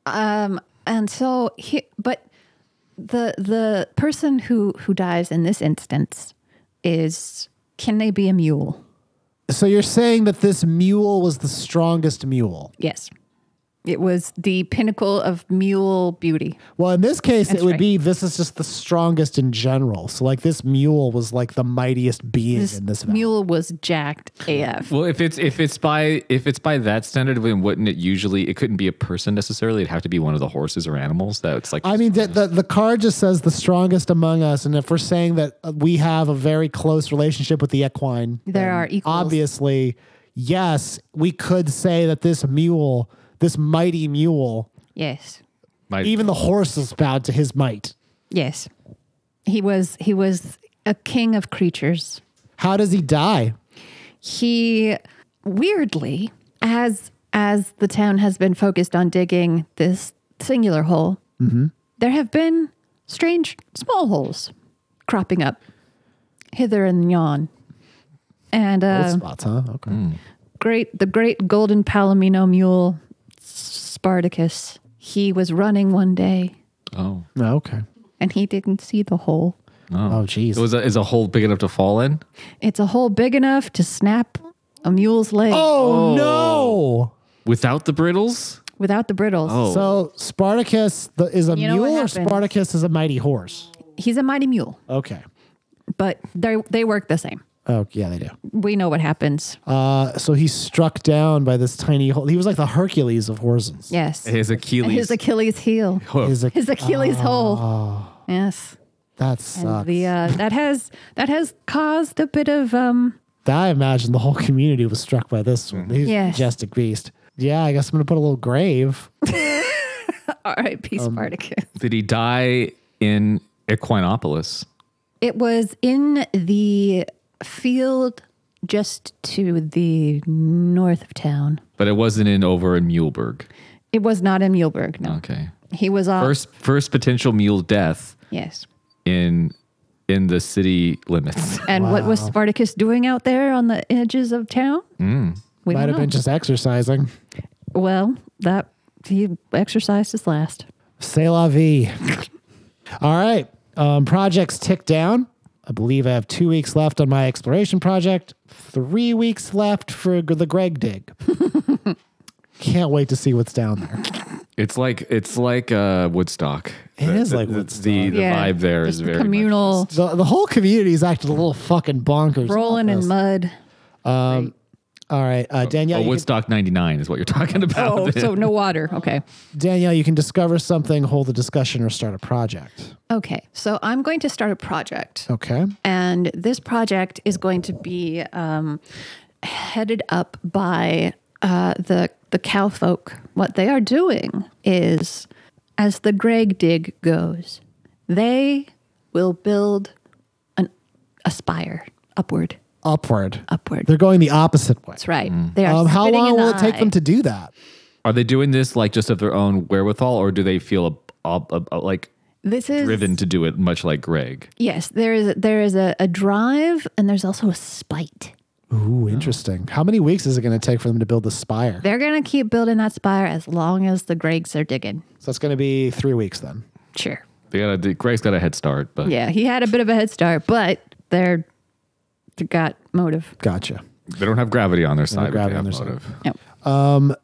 Speaker 4: Um, and so he, but the the person who who dies in this instance is can they be a mule?
Speaker 1: So you're saying that this mule was the strongest mule?
Speaker 4: Yes, it was the pinnacle of mule beauty.
Speaker 1: Well, in this case, it would
Speaker 4: right.
Speaker 1: be this is just the strongest in general. So, like, this mule was like the mightiest being
Speaker 4: This,
Speaker 1: in this valley.
Speaker 4: mule was jacked AF.
Speaker 3: Well, if it's if it's by if it's by that standard, then wouldn't it usually it couldn't be a person necessarily? It'd have to be one of the horses or animals. That it's like
Speaker 1: I mean, the, the, the card just says the strongest among us. And if we're saying that uh, we have a very close relationship with the equine,
Speaker 4: There are equals.
Speaker 1: obviously, yes, we could say that this mule, this mighty mule,
Speaker 4: Yes,
Speaker 3: my,
Speaker 1: even the horse is bowed to his might.
Speaker 4: yes, he was he was a king of creatures.
Speaker 1: How does he die?
Speaker 4: he weirdly as as the town has been focused on digging this singular hole there have been strange small holes cropping up hither and yon and
Speaker 1: Both
Speaker 4: uh,
Speaker 1: spots, huh? Okay.
Speaker 3: Hmm.
Speaker 4: great the great golden palomino mule spartacus he was running one day
Speaker 3: oh
Speaker 1: Oh, okay.
Speaker 4: and he didn't see the hole
Speaker 1: Oh, jeez.
Speaker 3: it was a, is a hole big enough to fall in?
Speaker 4: it's a hole big enough to snap a mule's leg
Speaker 1: oh, no.
Speaker 3: Without the brittles?
Speaker 4: without the brittles
Speaker 3: Oh,
Speaker 1: So Spartacus the, is a
Speaker 4: You know what
Speaker 1: mule, or
Speaker 4: happens?
Speaker 1: Spartacus is a mighty horse?
Speaker 4: he's a mighty mule
Speaker 1: Okay.
Speaker 4: but they they work the same.
Speaker 1: Oh yeah, they do.
Speaker 4: We know what happens.
Speaker 1: Uh, so he's struck down by this tiny hole. He was like the Hercules of horses.
Speaker 4: yes, his,
Speaker 3: his Achilles.
Speaker 4: Achilles heel,
Speaker 1: He's like,
Speaker 4: his Achilles hole.
Speaker 3: Oh.
Speaker 4: Yes,
Speaker 1: that
Speaker 4: and
Speaker 1: sucks.
Speaker 4: the uh, that has that has caused a bit of um.
Speaker 1: I imagine the whole community was struck by this
Speaker 3: Mm-hmm.
Speaker 1: one. He's a
Speaker 4: Yes.
Speaker 1: majestic beast. Yeah, I guess I'm gonna put a little grave.
Speaker 4: R.I.P.
Speaker 3: Um,
Speaker 4: Spartacus.
Speaker 3: Did he die in Equinopolis?
Speaker 4: It was in the field just to the north of town.
Speaker 3: But it wasn't in over in Muleberg.
Speaker 4: It was not in Muleberg. No,
Speaker 3: Okay.
Speaker 4: he was off.
Speaker 3: First first potential mule death
Speaker 4: yes.
Speaker 3: in in the city limits.
Speaker 4: And what was Spartacus doing out there on the edges of town?
Speaker 3: Mm.
Speaker 4: We
Speaker 1: Might
Speaker 4: don't
Speaker 1: have
Speaker 4: know.
Speaker 1: been just exercising.
Speaker 4: Well, that he exercised his last.
Speaker 1: C'est la vie. All right. Um, projects tick down. I believe I have two weeks left on my exploration project, three weeks left for g- the Greg dig. Can't wait to see what's down there.
Speaker 3: It's like it's like uh, Woodstock.
Speaker 1: It
Speaker 3: It is
Speaker 1: is like
Speaker 3: the,
Speaker 1: Woodstock.
Speaker 3: The, the
Speaker 4: Yeah,
Speaker 3: vibe there
Speaker 4: just
Speaker 3: is
Speaker 4: the
Speaker 3: very
Speaker 4: communal-
Speaker 3: Much,
Speaker 1: The, the whole community's acting a little fucking bonkers.
Speaker 4: Rolling in mud.
Speaker 1: All right, uh, Danielle.
Speaker 3: oh,
Speaker 1: you
Speaker 3: Woodstock '99 is what you're talking about.
Speaker 4: Oh, so no water. Okay.
Speaker 1: can, Danielle, you can discover something, hold a discussion, or start a project.
Speaker 4: Okay. So I'm going to start a project.
Speaker 1: Okay.
Speaker 4: And this project is going to be um, headed up by uh, the the cow folk. What they are doing is, as the Greg dig goes, they will build an aspire upward,
Speaker 1: Upward.
Speaker 4: upward.
Speaker 1: They're going the opposite way.
Speaker 4: That's right. They are.
Speaker 1: Um, how
Speaker 4: spitting
Speaker 1: long
Speaker 4: in the
Speaker 1: will it take them
Speaker 4: eye.
Speaker 1: to do that?
Speaker 3: Are they doing this like just of their own wherewithal, or do they feel a, a, a, like
Speaker 4: This is
Speaker 3: driven to do it, much like Greg?
Speaker 4: Yes, there is there is a, a drive and there's also a spite.
Speaker 1: Ooh, interesting. How many weeks is it going to take for them to build the spire?
Speaker 4: They're gonna keep building that spire as long as the Gregs are digging.
Speaker 1: So it's going to be three weeks then.
Speaker 4: Sure.
Speaker 3: They gotta, Greg's got a head start, but
Speaker 4: Yeah, he had a bit of a head start, but they're got motive.
Speaker 1: Gotcha.
Speaker 3: They don't have gravity on their side. but
Speaker 1: gravity
Speaker 3: they
Speaker 1: on
Speaker 3: have
Speaker 1: their side.
Speaker 3: motive.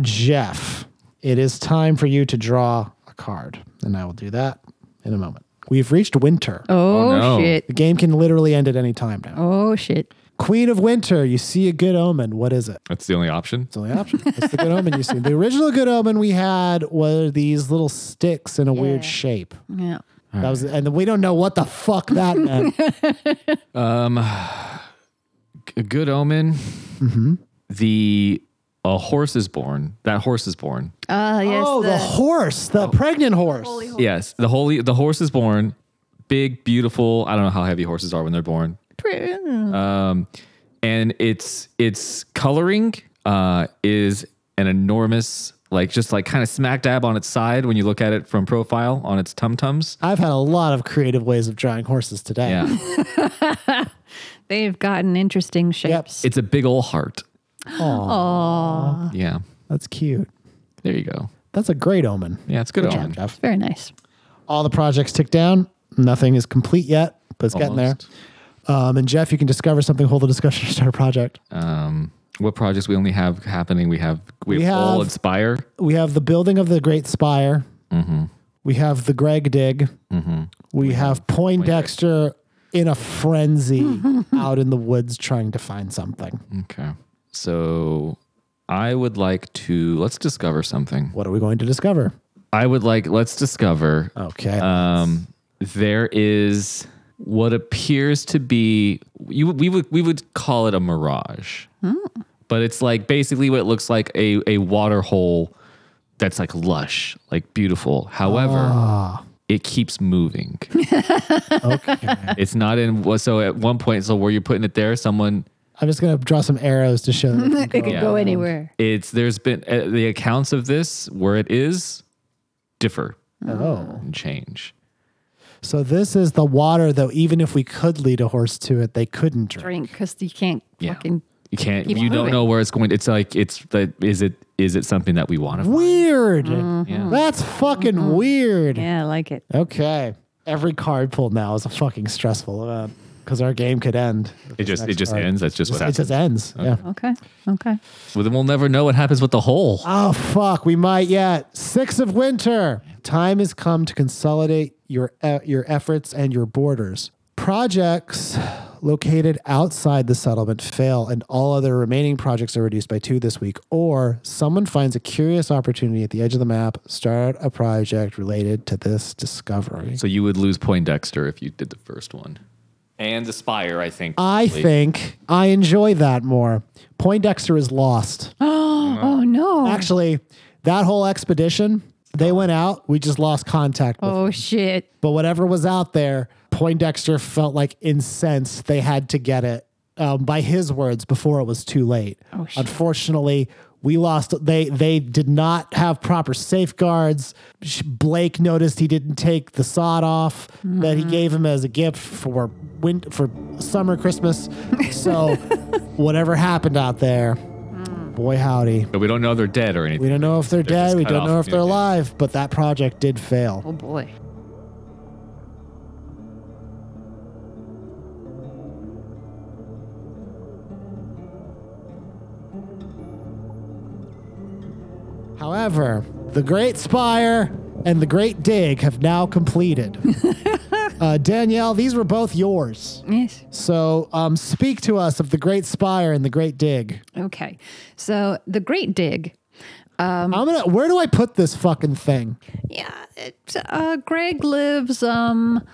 Speaker 1: Jeff, it is time for you to draw a card, and I will do that in a moment. We've reached winter.
Speaker 4: Oh,
Speaker 3: no.
Speaker 1: The
Speaker 4: shit.
Speaker 1: game can literally end at any time now.
Speaker 4: Oh shit.
Speaker 1: Queen of Winter, you see a good omen. What is it?
Speaker 3: That's the only option.
Speaker 1: It's the only option. It's the good omen you see. The original good omen we had were these little sticks in a weird
Speaker 4: Yeah.
Speaker 1: shape.
Speaker 4: Yeah.
Speaker 1: That was, and we don't know what the fuck that meant.
Speaker 3: A good omen.
Speaker 4: Mm-hmm.
Speaker 3: The a horse is born. That horse is born.
Speaker 4: Ah, yes.
Speaker 1: oh, the,
Speaker 4: the-
Speaker 1: horse, the pregnant horse.
Speaker 3: Yes, the holy the horse is born. Big, beautiful. I don't know how heavy horses are when they're born. Um, and it's its coloring uh, is an enormous, like just like kind of smack dab on its side when you look at it from profile on its tum tums.
Speaker 1: I've had a lot of creative ways of drawing horses today.
Speaker 3: Yeah,
Speaker 4: They've gotten interesting shapes.
Speaker 3: it's a big old heart. Oh, yeah.
Speaker 1: That's cute.
Speaker 3: There you go.
Speaker 1: That's a great omen.
Speaker 3: Yeah, it's good. omen.
Speaker 1: Jeff.
Speaker 4: Very nice.
Speaker 1: all the projects tick down. Nothing is complete yet, but it's
Speaker 3: Almost.
Speaker 1: getting there. Um, and Jeff, you can discover something. Hold the discussion to start a project.
Speaker 3: Um, what projects we only have happening? We have we,
Speaker 1: We
Speaker 3: have
Speaker 1: have-
Speaker 3: all inspire. Mm-hmm.
Speaker 1: We have the building of the Great Spire. We have the Greg Dig. Mm-hmm. We, have Poindexter in a frenzy out in the woods trying to find something.
Speaker 3: Okay, so I would like to let's discover something.
Speaker 1: What are we going to discover?
Speaker 3: I would like let's discover.
Speaker 1: Okay.
Speaker 3: Um, there is what appears to be you we would we would call it a mirage, but it's like basically what looks like a a water hole that's like lush, like beautiful. However, it keeps moving.
Speaker 1: okay.
Speaker 3: it's not in well, so at one point. So where you're putting it there, someone
Speaker 1: I'm just going to draw some arrows to show that it
Speaker 4: It
Speaker 1: can
Speaker 4: could
Speaker 1: go.
Speaker 3: Yeah.
Speaker 4: go anywhere.
Speaker 3: it's there's been uh, the accounts of this where it is differ
Speaker 1: Oh.
Speaker 3: and change.
Speaker 1: So this is the water, though. Even if we could lead a horse to it, they couldn't drink.
Speaker 4: Drink because you can't
Speaker 3: Yeah.
Speaker 4: fucking.
Speaker 3: You can't.
Speaker 4: Keep
Speaker 3: you don't
Speaker 4: moving.
Speaker 3: know where it's going. It's like it's the. Is it is it something that we want to?
Speaker 1: Weird.
Speaker 3: Yeah.
Speaker 1: That's fucking weird.
Speaker 4: Yeah, I like it.
Speaker 1: Okay. Every card pulled now is a fucking stressful event because our game could end.
Speaker 3: It just it just
Speaker 1: All right.
Speaker 3: ends. That's just what
Speaker 1: It
Speaker 3: happens.
Speaker 1: just ends. Yeah.
Speaker 4: Okay. Okay.
Speaker 3: Well, then we'll never know what happens with the hole.
Speaker 1: Oh, fuck. We might yet. Six of winter. Time has come to consolidate your, e- your efforts and your borders. Projects located outside the settlement fail, and all other remaining projects are reduced by two this week. Or someone finds a curious opportunity at the edge of the map, start a project related to this discovery.
Speaker 3: So you would lose Poindexter if you did the first one, and the spire. I think.
Speaker 1: I think I enjoy that more. Poindexter is lost.
Speaker 4: Oh no.
Speaker 1: Actually, that whole expedition, they went out, we just lost contact with.
Speaker 4: Oh shit.
Speaker 1: But whatever was out there, Poindexter felt like incensed they had to get it um, by his words before it was too late. Unfortunately, we lost they they did not have proper safeguards. Sh- Blake noticed he didn't take the sod off that he gave him as a gift for win- for summer Christmas. So whatever happened out there, boy howdy.
Speaker 3: But we don't know they're dead or anything.
Speaker 1: We don't know if they're,
Speaker 3: They're just
Speaker 1: dead. We
Speaker 3: cut
Speaker 1: don't
Speaker 3: off
Speaker 1: know if they're
Speaker 3: communication.
Speaker 1: alive, but that project did fail.
Speaker 4: Oh boy.
Speaker 1: However, the Great Spire and the Great Dig have now completed. uh, Danielle, these were both yours.
Speaker 4: Yes.
Speaker 1: So um, speak to us of the Great Spire and the Great Dig.
Speaker 4: Okay. So the Great Dig. Um,
Speaker 1: I'm gonna. Where do I put this fucking thing?
Speaker 4: Yeah. It, uh, Greg lives. Um.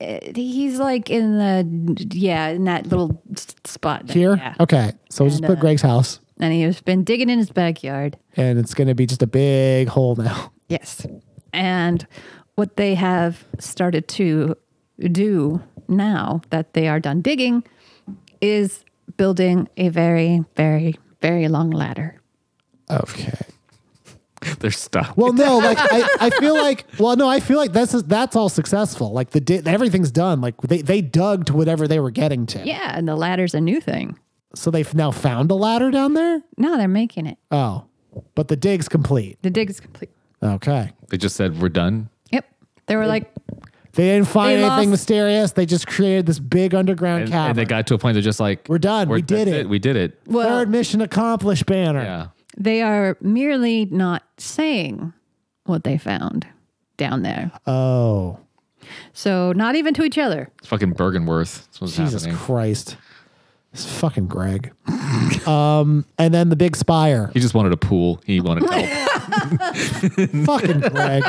Speaker 4: uh, He's like in the yeah in that little s- spot there,
Speaker 1: Here.
Speaker 4: yeah.
Speaker 1: Okay. So we'll just
Speaker 4: And,
Speaker 1: put
Speaker 4: uh,
Speaker 1: Greg's house,
Speaker 4: and he's been digging in his backyard.
Speaker 1: and it's gonna be just a big hole now.
Speaker 4: Yes. And what they have started to do now that they are done digging is building a very, very, very long ladder.
Speaker 1: Okay.
Speaker 3: They're stuck.
Speaker 1: Well, no, like I, I feel like well, no, I feel like this is that's all successful. Like the di- everything's done. Like they they dug to whatever they were getting to.
Speaker 4: Yeah, and the ladder's a new thing.
Speaker 1: So they've now found a ladder down there.
Speaker 4: No, they're making it.
Speaker 1: Oh, but the dig's complete.
Speaker 4: The dig is complete.
Speaker 1: Okay.
Speaker 3: They just said we're done.
Speaker 4: Yep. They were like,
Speaker 1: They didn't find
Speaker 4: They
Speaker 1: anything
Speaker 4: lost-
Speaker 1: mysterious. They just created this big underground
Speaker 3: And,
Speaker 1: cavern.
Speaker 3: and they got to a point they're just like,
Speaker 1: We're done. We
Speaker 3: that's
Speaker 1: did it.
Speaker 3: We did it.
Speaker 4: Well,
Speaker 1: Third mission accomplished banner.
Speaker 3: Yeah.
Speaker 4: they are merely not saying what they found down there.
Speaker 1: Oh,
Speaker 4: So not even to each other.
Speaker 3: It's fucking Bergenworth. That's what's
Speaker 1: Jesus
Speaker 3: happening.
Speaker 1: Christ. It's fucking Greg. um, and then the big spire.
Speaker 3: He just wanted a pool. He wanted help.
Speaker 1: fucking Greg.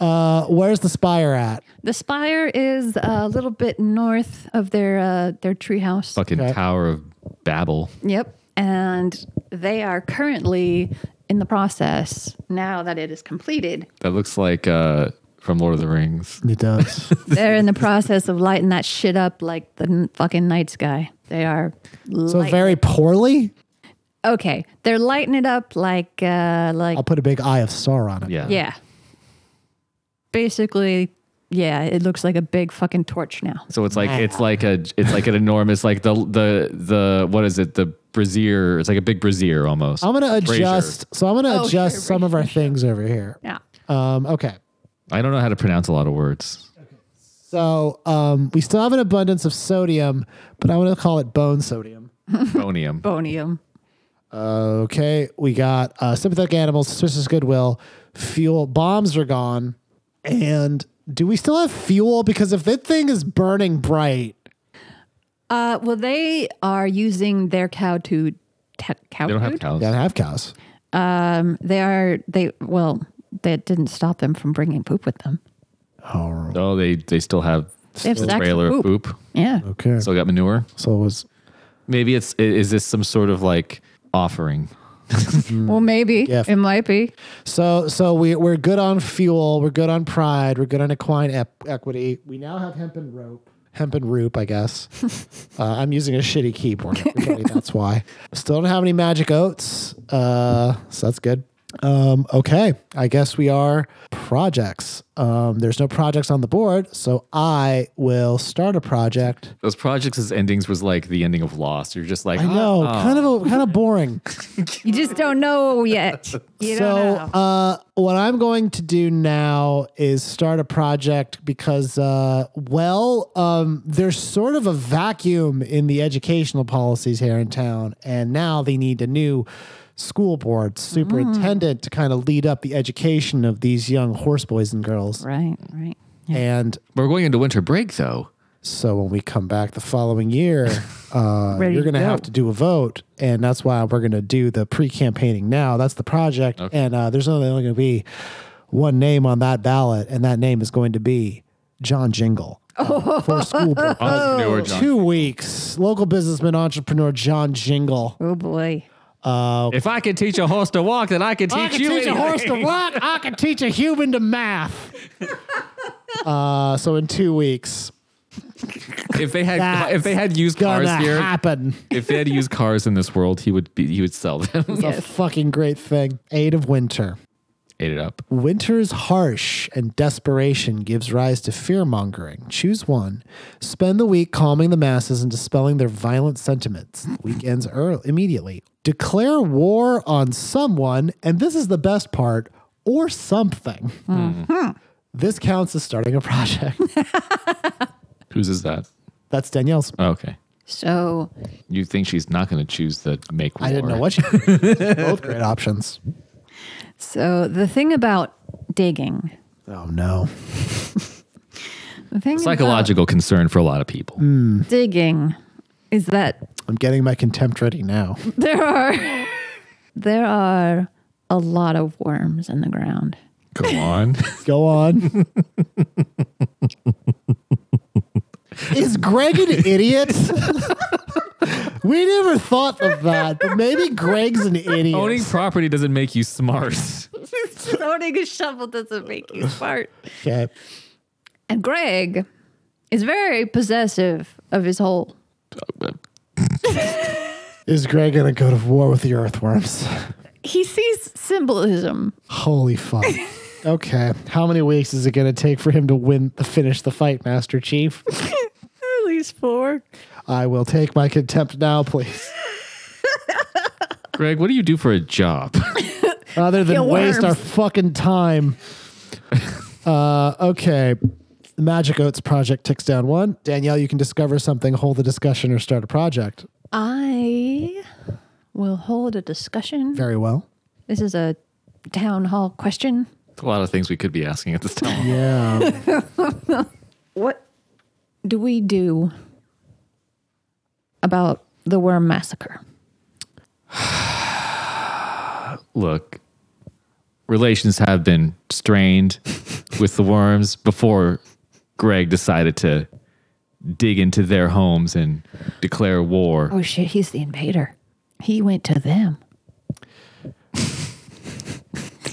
Speaker 1: Uh, where's the spire at?
Speaker 4: The spire is a little bit north of their uh, their treehouse.
Speaker 3: fucking
Speaker 1: Okay.
Speaker 3: Tower of Babel.
Speaker 4: Yep. And they are currently in the process now that it is completed.
Speaker 3: That looks like uh, from Lord of the Rings.
Speaker 1: It does.
Speaker 4: They're in the process of lighting that shit up like the n- fucking night sky. They are
Speaker 1: so
Speaker 4: light-
Speaker 1: very poorly.
Speaker 4: okay. They're lighting it up like uh like
Speaker 1: I'll put a big eye of Sauron on it.
Speaker 3: Yeah.
Speaker 4: yeah. Basically, yeah, it looks like a big fucking torch now.
Speaker 3: So it's like it's like a it's like an enormous like the the the what is it the brazier? It's like a big brazier almost.
Speaker 1: I'm gonna
Speaker 3: Brazier.
Speaker 1: adjust. So I'm gonna
Speaker 4: Oh,
Speaker 1: adjust
Speaker 4: sure,
Speaker 1: some of our things over here.
Speaker 4: Yeah.
Speaker 1: Um, okay.
Speaker 3: I don't know how to pronounce a lot of words.
Speaker 1: So um, we still have an abundance of sodium, but I'm gonna call it bone sodium.
Speaker 3: Bonium.
Speaker 4: Bonium.
Speaker 1: Okay, we got uh, sympathetic animals, suspicious goodwill, fuel bombs are gone, and do we still have fuel? Because if that thing is burning bright,
Speaker 4: Uh, well, they are using their cow to te- cow
Speaker 3: They don't have
Speaker 4: food? Mm,
Speaker 1: we
Speaker 3: cows.
Speaker 1: gotta have cows.
Speaker 4: They are they well that didn't stop them from bringing poop with them.
Speaker 1: Oh,
Speaker 3: No, they they still have
Speaker 4: They have
Speaker 3: a
Speaker 4: stacks of
Speaker 3: trailer of
Speaker 4: poop.
Speaker 3: poop.
Speaker 4: Yeah.
Speaker 1: okay. So,
Speaker 3: Still got manure.
Speaker 1: it was
Speaker 3: Maybe it's i- is this some sort of like offering?
Speaker 4: Well, maybe
Speaker 1: Yeah.
Speaker 4: it might be.
Speaker 1: so so we we're good on fuel, we're good on pride, we're good on equine ep- equity. We now have hemp and rope. Hemp and rope, I guess. uh, I'm using a shitty keyboard. everybody, that's why. Still don't have any magic oats. Uh, so that's good. Um, okay, I guess we are projects. Um, there's no projects on the board, so I will start a project.
Speaker 3: Those projects as endings was like the ending of Lost. You're just like
Speaker 1: I know,
Speaker 3: "Oh,
Speaker 1: kind of a, kind of boring.
Speaker 4: You just don't know yet. You
Speaker 1: so,
Speaker 4: don't know.
Speaker 1: uh, what I'm going to do now is start a project because, uh, well, um, there's sort of a vacuum in the educational policies here in town, and now they need a new school board superintendent
Speaker 4: Mm.
Speaker 1: to kind of lead up the education of these young horse boys and girls.
Speaker 4: right, right.
Speaker 1: And
Speaker 3: We're going into winter break though.
Speaker 1: so when we come back the following year, uh,
Speaker 4: Ready
Speaker 1: you're going to
Speaker 4: to
Speaker 1: have
Speaker 4: go.
Speaker 1: to do a vote, and that's why we're going to do the pre-campaigning now. That's the project, and uh, there's only, only going to be one name on that ballot, and that name is going to be John Jingle uh, for school board. Uh,
Speaker 4: Oh.
Speaker 3: Entrepreneur John.
Speaker 1: Two weeks, local businessman, entrepreneur John Jingle.
Speaker 4: Oh boy.
Speaker 3: If I can teach a horse to walk, then I can teach
Speaker 1: I can
Speaker 3: you.
Speaker 1: teach a
Speaker 3: anything.
Speaker 1: horse to walk. I can teach a human to math. uh, so in two weeks,
Speaker 3: If they had
Speaker 1: That's
Speaker 3: if they had used cars
Speaker 1: gonna
Speaker 3: here,
Speaker 1: happen.
Speaker 3: if they had used cars in this world, he would be he would sell them.
Speaker 1: It's a fucking great thing. Aid of winter.
Speaker 3: Ate it up.
Speaker 1: Winter is harsh and desperation gives rise to fear mongering. Choose one. Spend the week calming the masses and dispelling their violent sentiments. The week ends early, immediately. Declare war on someone, and this is the best part, or something. This counts as starting a project.
Speaker 3: Whose is that?
Speaker 1: That's Danielle's.
Speaker 3: Oh, okay.
Speaker 4: So
Speaker 3: You think she's not going to choose the make war?
Speaker 1: I didn't know what she Both great options.
Speaker 4: so the thing about digging.
Speaker 1: Oh, no.
Speaker 4: The thing
Speaker 3: Psychological concern for a lot of people.
Speaker 1: Hmm.
Speaker 4: about digging is that
Speaker 1: I'm getting my contempt ready now.
Speaker 4: there are there are a lot of worms in the ground.
Speaker 3: Go on.
Speaker 1: Go on. Is Greg an idiot? we never thought of that, but maybe Greg's an idiot.
Speaker 3: Owning property doesn't make you smart.
Speaker 4: Owning a shovel doesn't make you smart.
Speaker 1: okay.
Speaker 4: And Greg is very possessive of his whole.
Speaker 1: Is Greg gonna go to war with the earthworms?
Speaker 4: He sees symbolism.
Speaker 1: Holy fuck. Okay. How many weeks is it gonna take for him to win the finish the fight, Master Chief?
Speaker 4: At least four.
Speaker 1: I will take my contempt now, please.
Speaker 3: Greg, what do you do for a job?
Speaker 1: Rather than
Speaker 4: Kill
Speaker 1: waste
Speaker 4: worms.
Speaker 1: our fucking time. Uh, okay. The Magic Oats project ticks down one. Danielle, you can discover something, hold a discussion, or start a project.
Speaker 4: I will hold a discussion.
Speaker 1: Very well.
Speaker 4: This is a town hall question.
Speaker 3: A lot of things we could be asking at this time.
Speaker 1: Yeah.
Speaker 4: What do we do about the worm massacre?
Speaker 3: Look, relations have been strained with the worms before Greg decided to dig into their homes and declare war.
Speaker 4: Oh shit, he's the invader. He went to them.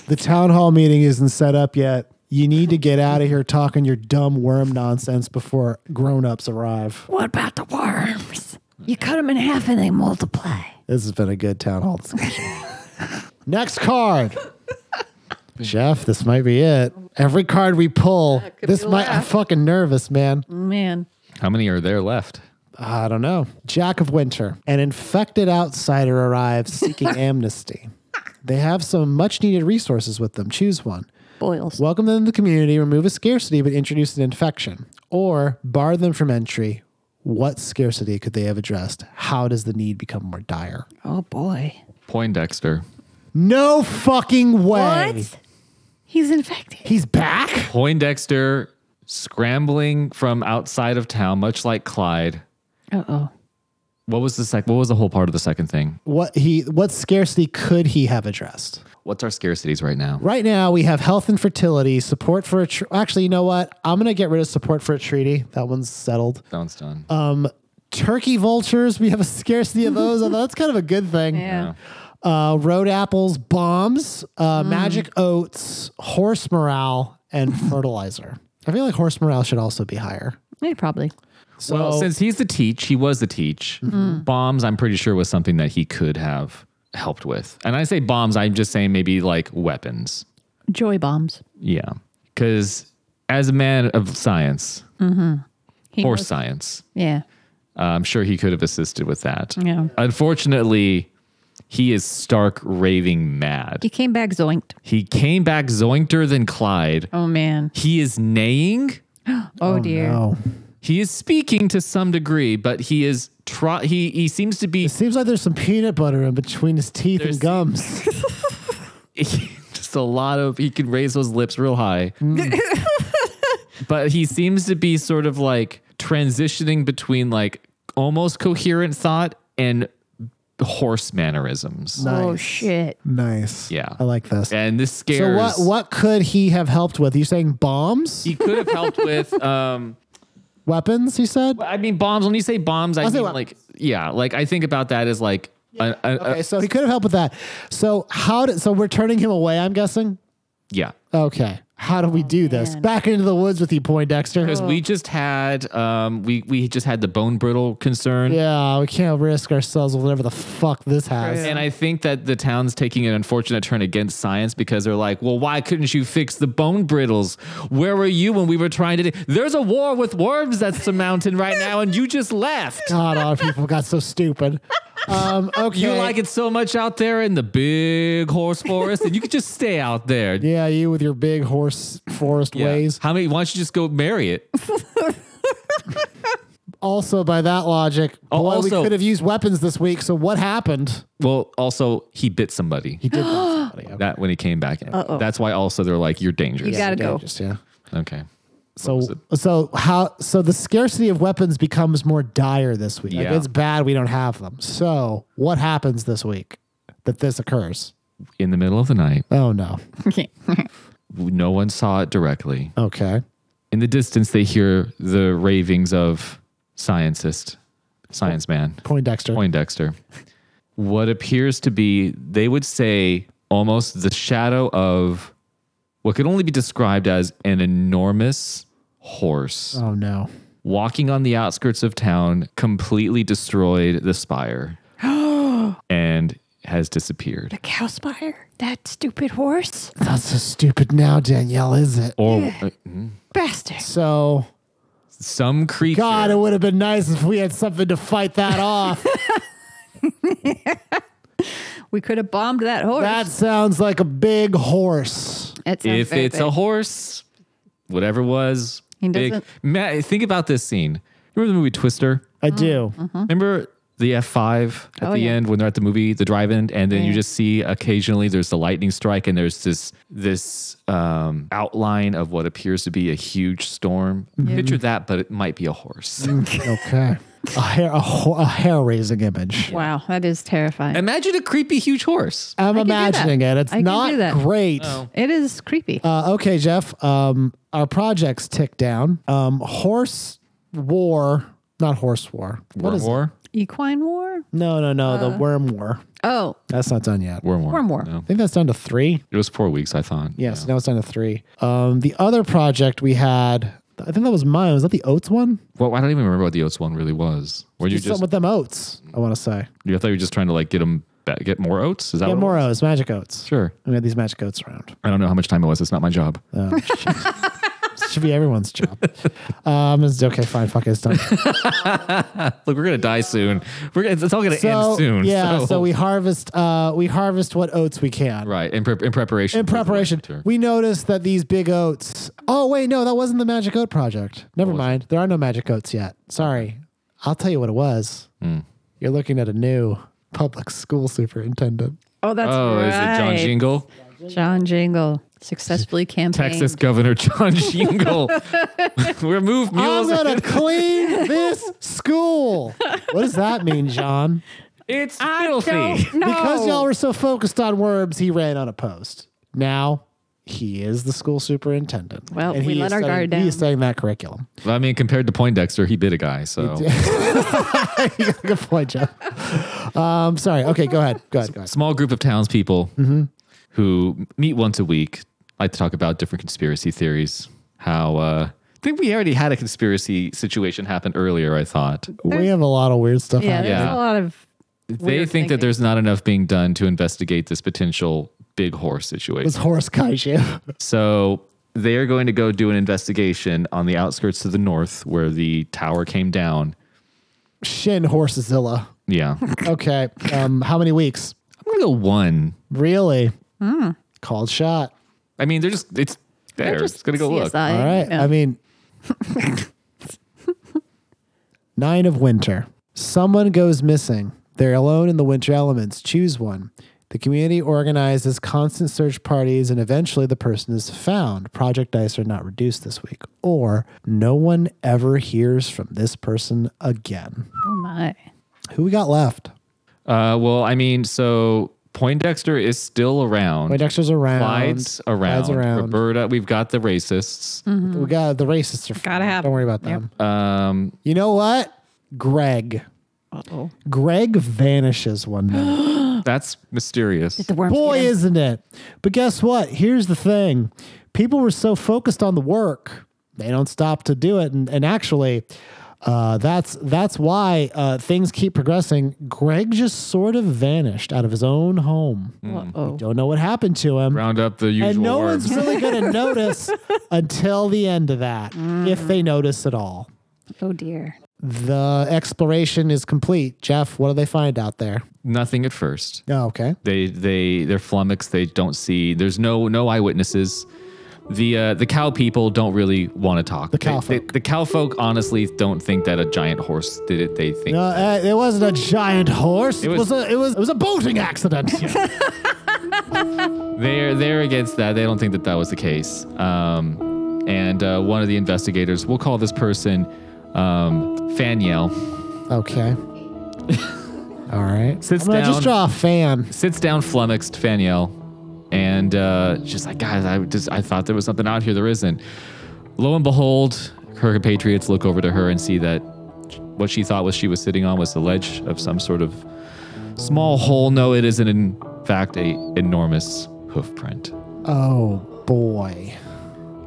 Speaker 1: the town hall meeting isn't set up yet. You need to get out of here talking your dumb worm nonsense before grown ups arrive.
Speaker 4: What about the worms? You cut them in half and they multiply.
Speaker 1: This has been a good town hall discussion. Next card. Jeff, this might be it. Every card we pull,
Speaker 4: could be
Speaker 1: this
Speaker 4: the
Speaker 1: might. I'm
Speaker 4: last.
Speaker 1: fucking nervous, man.
Speaker 4: Man,
Speaker 3: How many are there left?
Speaker 1: I don't know. Jack of Winter. An infected outsider arrives seeking amnesty. They have some much needed resources with them. Choose one.
Speaker 4: boils.
Speaker 1: Welcome them to the community, remove a scarcity, but introduce an infection, or bar them from entry. What scarcity could they have addressed? How does the need become more dire?
Speaker 4: Oh boy.
Speaker 3: Poindexter.
Speaker 1: No fucking way.
Speaker 4: He's infected.
Speaker 1: He's back?
Speaker 3: Poindexter scrambling from outside of town, much like Clyde.
Speaker 4: Uh oh.
Speaker 3: What was the sec- What was the whole part of the second thing?
Speaker 1: What he what scarcity could he have addressed?
Speaker 3: What's our scarcities right now?
Speaker 1: Right now we have health and fertility, support for a tr- actually, you know what? I'm gonna get rid of support for a treaty. That one's settled.
Speaker 3: That one's done.
Speaker 1: Turkey vultures, we have a scarcity of those, although that's kind of a good thing.
Speaker 4: Yeah.
Speaker 1: uh, road apples, bombs, uh, magic oats, horse morale, and fertilizer. I feel like horse morale should also be higher.
Speaker 4: Yeah, probably.
Speaker 1: So
Speaker 3: well, since he's the teach, he was the teach.
Speaker 4: Mm-hmm.
Speaker 3: Bombs, I'm pretty sure, was something that he could have helped with. And I say bombs, I'm just saying maybe like weapons.
Speaker 4: Joy bombs.
Speaker 3: Yeah. Because as a man of science,
Speaker 4: He
Speaker 3: horse
Speaker 4: knows-
Speaker 3: science,
Speaker 4: Yeah.
Speaker 3: uh, I'm sure he could have assisted with that.
Speaker 4: Yeah.
Speaker 3: Unfortunately, he is stark raving mad.
Speaker 4: He came back zoinked.
Speaker 3: He came back zointer than Clyde.
Speaker 4: Oh man.
Speaker 3: He is neighing.
Speaker 4: Oh, dear.
Speaker 1: no.
Speaker 3: He is speaking to some degree, but he is try. He he seems to be
Speaker 1: It seems like there's some peanut butter in between his teeth
Speaker 3: There's-
Speaker 1: and gums.
Speaker 3: just a lot of. He can raise those lips real high,
Speaker 1: Mm.
Speaker 3: but he seems to be sort of like transitioning between like almost coherent thought and horse mannerisms.
Speaker 4: Oh
Speaker 1: Nice.
Speaker 4: shit.
Speaker 1: nice.
Speaker 3: Yeah.
Speaker 1: I like this.
Speaker 3: And this scares.
Speaker 1: So what what could he have helped with? You saying bombs?
Speaker 3: he could have helped with? Um,
Speaker 1: Weapons, he said?
Speaker 3: I mean, bombs. When you say bombs, I
Speaker 1: I'll say
Speaker 3: mean
Speaker 1: weapons.
Speaker 3: like yeah, like I think about that as like. an- an- a-
Speaker 1: Okay, so he could have helped with that. So how did so we're turning him away, I'm guessing?
Speaker 3: yeah.
Speaker 1: Okay. How do we do this?
Speaker 4: man.
Speaker 1: Back into the woods with you, Poindexter.
Speaker 3: Because we just had um we we just had the bone brittle concern.
Speaker 1: Yeah, we can't risk ourselves with whatever the fuck this has.
Speaker 3: And I think that the town's taking an unfortunate turn against science because they're like, well, why couldn't you fix the bone brittles? Where were you when we were trying to? do-" There's a war with worms that's surmounting right now, and you just left.
Speaker 1: God, our people got so stupid. Um, okay.
Speaker 3: You like it so much out there in the big horse forest, and you could just stay out there.
Speaker 1: Yeah, you with your big horse forest
Speaker 3: Yeah.
Speaker 1: ways.
Speaker 3: How many? Why don't you just go marry it?
Speaker 1: Also, by that logic,
Speaker 3: Oh,
Speaker 1: boy, we
Speaker 3: also-
Speaker 1: could have used weapons this week. So what happened?
Speaker 3: Well, also he bit somebody.
Speaker 1: He did. want somebody. Okay,
Speaker 3: that when he came back. That's why also they're like, you're dangerous.
Speaker 4: You gotta
Speaker 1: yeah,
Speaker 4: go.
Speaker 1: just- yeah.
Speaker 3: okay.
Speaker 1: So so how so the scarcity of weapons becomes more dire this week. Like
Speaker 3: Yeah.
Speaker 1: it's bad we don't have them. So what happens this week that this occurs?
Speaker 3: In the middle of the night,
Speaker 1: Oh no.
Speaker 3: no one saw it directly.
Speaker 1: Okay.
Speaker 3: In the distance, they hear the ravings of scientist, science man,
Speaker 1: Poindexter.
Speaker 3: Poindexter. What appears to be, they would say, almost the shadow of what could only be described as an enormous horse
Speaker 1: Oh no.
Speaker 3: walking on the outskirts of town, completely destroyed the spire and has disappeared.
Speaker 4: Cow spire. That stupid horse.
Speaker 1: That's so stupid now, Danielle, is it?
Speaker 3: Or uh,
Speaker 4: Bastard.
Speaker 1: So,
Speaker 3: some creature.
Speaker 1: God, it would have been nice if we had something to fight that off.
Speaker 4: We could have bombed that horse.
Speaker 1: that sounds like a big horse.
Speaker 4: That sounds
Speaker 3: if
Speaker 4: very
Speaker 3: it's
Speaker 4: big.
Speaker 3: a horse, whatever it was,
Speaker 4: He
Speaker 3: Big.
Speaker 4: doesn't-
Speaker 3: Matt, think about this scene. Remember the movie Twister?
Speaker 1: I do.
Speaker 3: Remember the F5 at
Speaker 4: Oh,
Speaker 3: the
Speaker 4: yeah.
Speaker 3: end when they're at the movie, the drive-in, and then you
Speaker 4: Yeah.
Speaker 3: just see occasionally there's the lightning strike and there's this this um, outline of what appears to be a huge storm. Picture that, but it might be a horse.
Speaker 4: Mm.
Speaker 1: Okay. a hair, a, ho- a hair raising image.
Speaker 4: Wow, that is terrifying.
Speaker 3: Imagine a creepy huge horse.
Speaker 1: I'm
Speaker 4: I can do that.
Speaker 1: imagining it. It's
Speaker 4: I can
Speaker 1: not
Speaker 4: do that.
Speaker 1: great.
Speaker 4: it is creepy.
Speaker 1: Uh, okay, Jeff. Um, our projects tick down. Um, horse war, not horse war. What
Speaker 3: Worm
Speaker 1: is-
Speaker 3: war?
Speaker 4: Equine war?
Speaker 1: No, no, no. the worm war.
Speaker 4: Oh,
Speaker 1: That's not done yet.
Speaker 3: Worm war.
Speaker 4: Worm war.
Speaker 3: No.
Speaker 1: I think that's down to three.
Speaker 3: It was four weeks, I thought.
Speaker 1: Yes, now it's down to three. Um, the other project we had, I think that was mine. Was that the oats one?
Speaker 3: Well, I don't even remember what the oats one really was. Were you
Speaker 1: Just something
Speaker 3: just?
Speaker 1: with them oats. I want to say.
Speaker 3: You thought you were just trying to like get them back, get more oats? Is that
Speaker 1: Yeah,
Speaker 3: what it
Speaker 1: more
Speaker 3: was?
Speaker 1: oats, magic oats.
Speaker 3: Sure.
Speaker 1: We had these magic oats around.
Speaker 3: I don't know how much time it was. It's not my job.
Speaker 1: Oh, shit. Should be everyone's job. Um, it's okay, fine, fuck it, it's done.
Speaker 3: Look, we're gonna die soon. We're gonna, it's all gonna
Speaker 1: So
Speaker 3: end soon.
Speaker 1: yeah, so, we harvest, uh, we harvest what oats we can.
Speaker 3: right in, pre- in preparation.
Speaker 1: In
Speaker 3: for the
Speaker 1: preparation,
Speaker 3: winter.
Speaker 1: we noticed that these big oats. Oh wait, no, that wasn't the magic oat project. Never mind, there are no magic oats yet. Sorry, I'll tell you what it was. You're looking at a new public school superintendent.
Speaker 4: oh, that's
Speaker 3: Oh,
Speaker 4: right.
Speaker 3: is it John Jingle?
Speaker 4: John Jingle successfully campaigned.
Speaker 3: Texas Governor John Jingle. Remove
Speaker 1: I'm
Speaker 3: mules.
Speaker 1: gonna clean this school. What does that mean, John?
Speaker 3: It's
Speaker 4: I
Speaker 3: filthy.
Speaker 4: don't know.
Speaker 1: Because y'all were so focused on worms, he ran on a post. Now he is the school superintendent.
Speaker 4: Well, we
Speaker 1: he
Speaker 4: let
Speaker 1: is
Speaker 4: our
Speaker 1: studying-
Speaker 4: guard
Speaker 1: He
Speaker 4: down.
Speaker 1: is studying that curriculum.
Speaker 3: Well, I mean, compared to Poindexter, he bit a guy. So
Speaker 1: Good point, Joe. Um, sorry. Okay, go ahead. Go ahead. Go ahead.
Speaker 3: small group of townspeople who meet once a week, like to talk about different conspiracy theories. How uh, I think we already had a conspiracy situation happen earlier. I thought
Speaker 1: We have a lot of weird stuff.
Speaker 4: Yeah,
Speaker 1: happening.
Speaker 4: there's
Speaker 3: Yeah.
Speaker 4: a lot of.
Speaker 3: they
Speaker 4: Weird
Speaker 3: think that
Speaker 4: thinking.
Speaker 3: there's not enough being done to investigate this potential big horse
Speaker 1: This
Speaker 3: situation.
Speaker 1: horse kaiju.
Speaker 3: So they are going to go do an investigation on the outskirts to the north where the tower came down.
Speaker 1: Shin horsezilla.
Speaker 3: Yeah, I'm
Speaker 1: Okay. Um, how many weeks?
Speaker 3: gonna go one.
Speaker 1: Really? Hmm. Called shot.
Speaker 3: I mean, they're just it's there. it's gonna go look.
Speaker 1: All right. I mean, nine of winter. Someone goes missing. They're alone in the winter elements. Choose one. The community organizes constant search parties, and eventually the person is found. Project Dice are not reduced this week, or no one ever hears from this person again.
Speaker 4: oh my.
Speaker 1: Who we got left?
Speaker 3: Uh, well, I mean, so Poindexter is still around.
Speaker 1: Poindexter's around.
Speaker 3: Clyde's around.
Speaker 1: Clyde's around.
Speaker 3: Roberta, we've got the racists.
Speaker 4: Mm-hmm.
Speaker 1: Mm-hmm. We got the racists. Are
Speaker 4: Gotta
Speaker 1: fine.
Speaker 4: have
Speaker 1: Don't worry about them.
Speaker 3: Um,
Speaker 1: you know what? Greg.
Speaker 4: Uh-oh.
Speaker 1: Greg vanishes one night.
Speaker 3: That's mysterious.
Speaker 4: The worms.
Speaker 1: Boy,
Speaker 4: get him.
Speaker 1: isn't it? But guess what? Here's the thing people were so focused on the work, they don't stop to do it. And, and actually, uh, that's that's why uh, things keep progressing. Greg just sort of vanished out of his own home.
Speaker 4: Uh-oh.
Speaker 1: Don't know what happened to him.
Speaker 3: Round up the usual.
Speaker 1: and no
Speaker 3: orbs.
Speaker 1: one's really going to notice until the end of that, if they notice at all.
Speaker 4: Oh dear.
Speaker 1: The exploration is complete. Jeff, what do they find out there?
Speaker 3: Nothing at first.
Speaker 1: Oh, okay.
Speaker 3: They they they're flummoxed. They don't see. There's no no eyewitnesses. The uh, the cow people don't really want to talk. The
Speaker 1: cow
Speaker 3: They,
Speaker 1: folk.
Speaker 3: the cow folk honestly don't think that a giant horse did it. They think
Speaker 1: No, uh, it wasn't a giant horse. It was,
Speaker 3: was-
Speaker 1: a it was it was a boating accident.
Speaker 3: They're they're against that. They don't think that that was the case. Um, and uh, one of the investigators, we'll call this person um, Faniel,
Speaker 1: Okay. All right.
Speaker 3: Sits
Speaker 1: I'm gonna
Speaker 3: down.
Speaker 1: Just draw a fan.
Speaker 3: sits down flummoxed. Faniel, and uh, she's like, guys, I just I thought there was something out here. There isn't. Lo and behold, her compatriots look over to her and see that what she thought was she was sitting on was the ledge of some sort of small hole. No, it isn't. In fact, a enormous hoof print.
Speaker 1: Oh boy.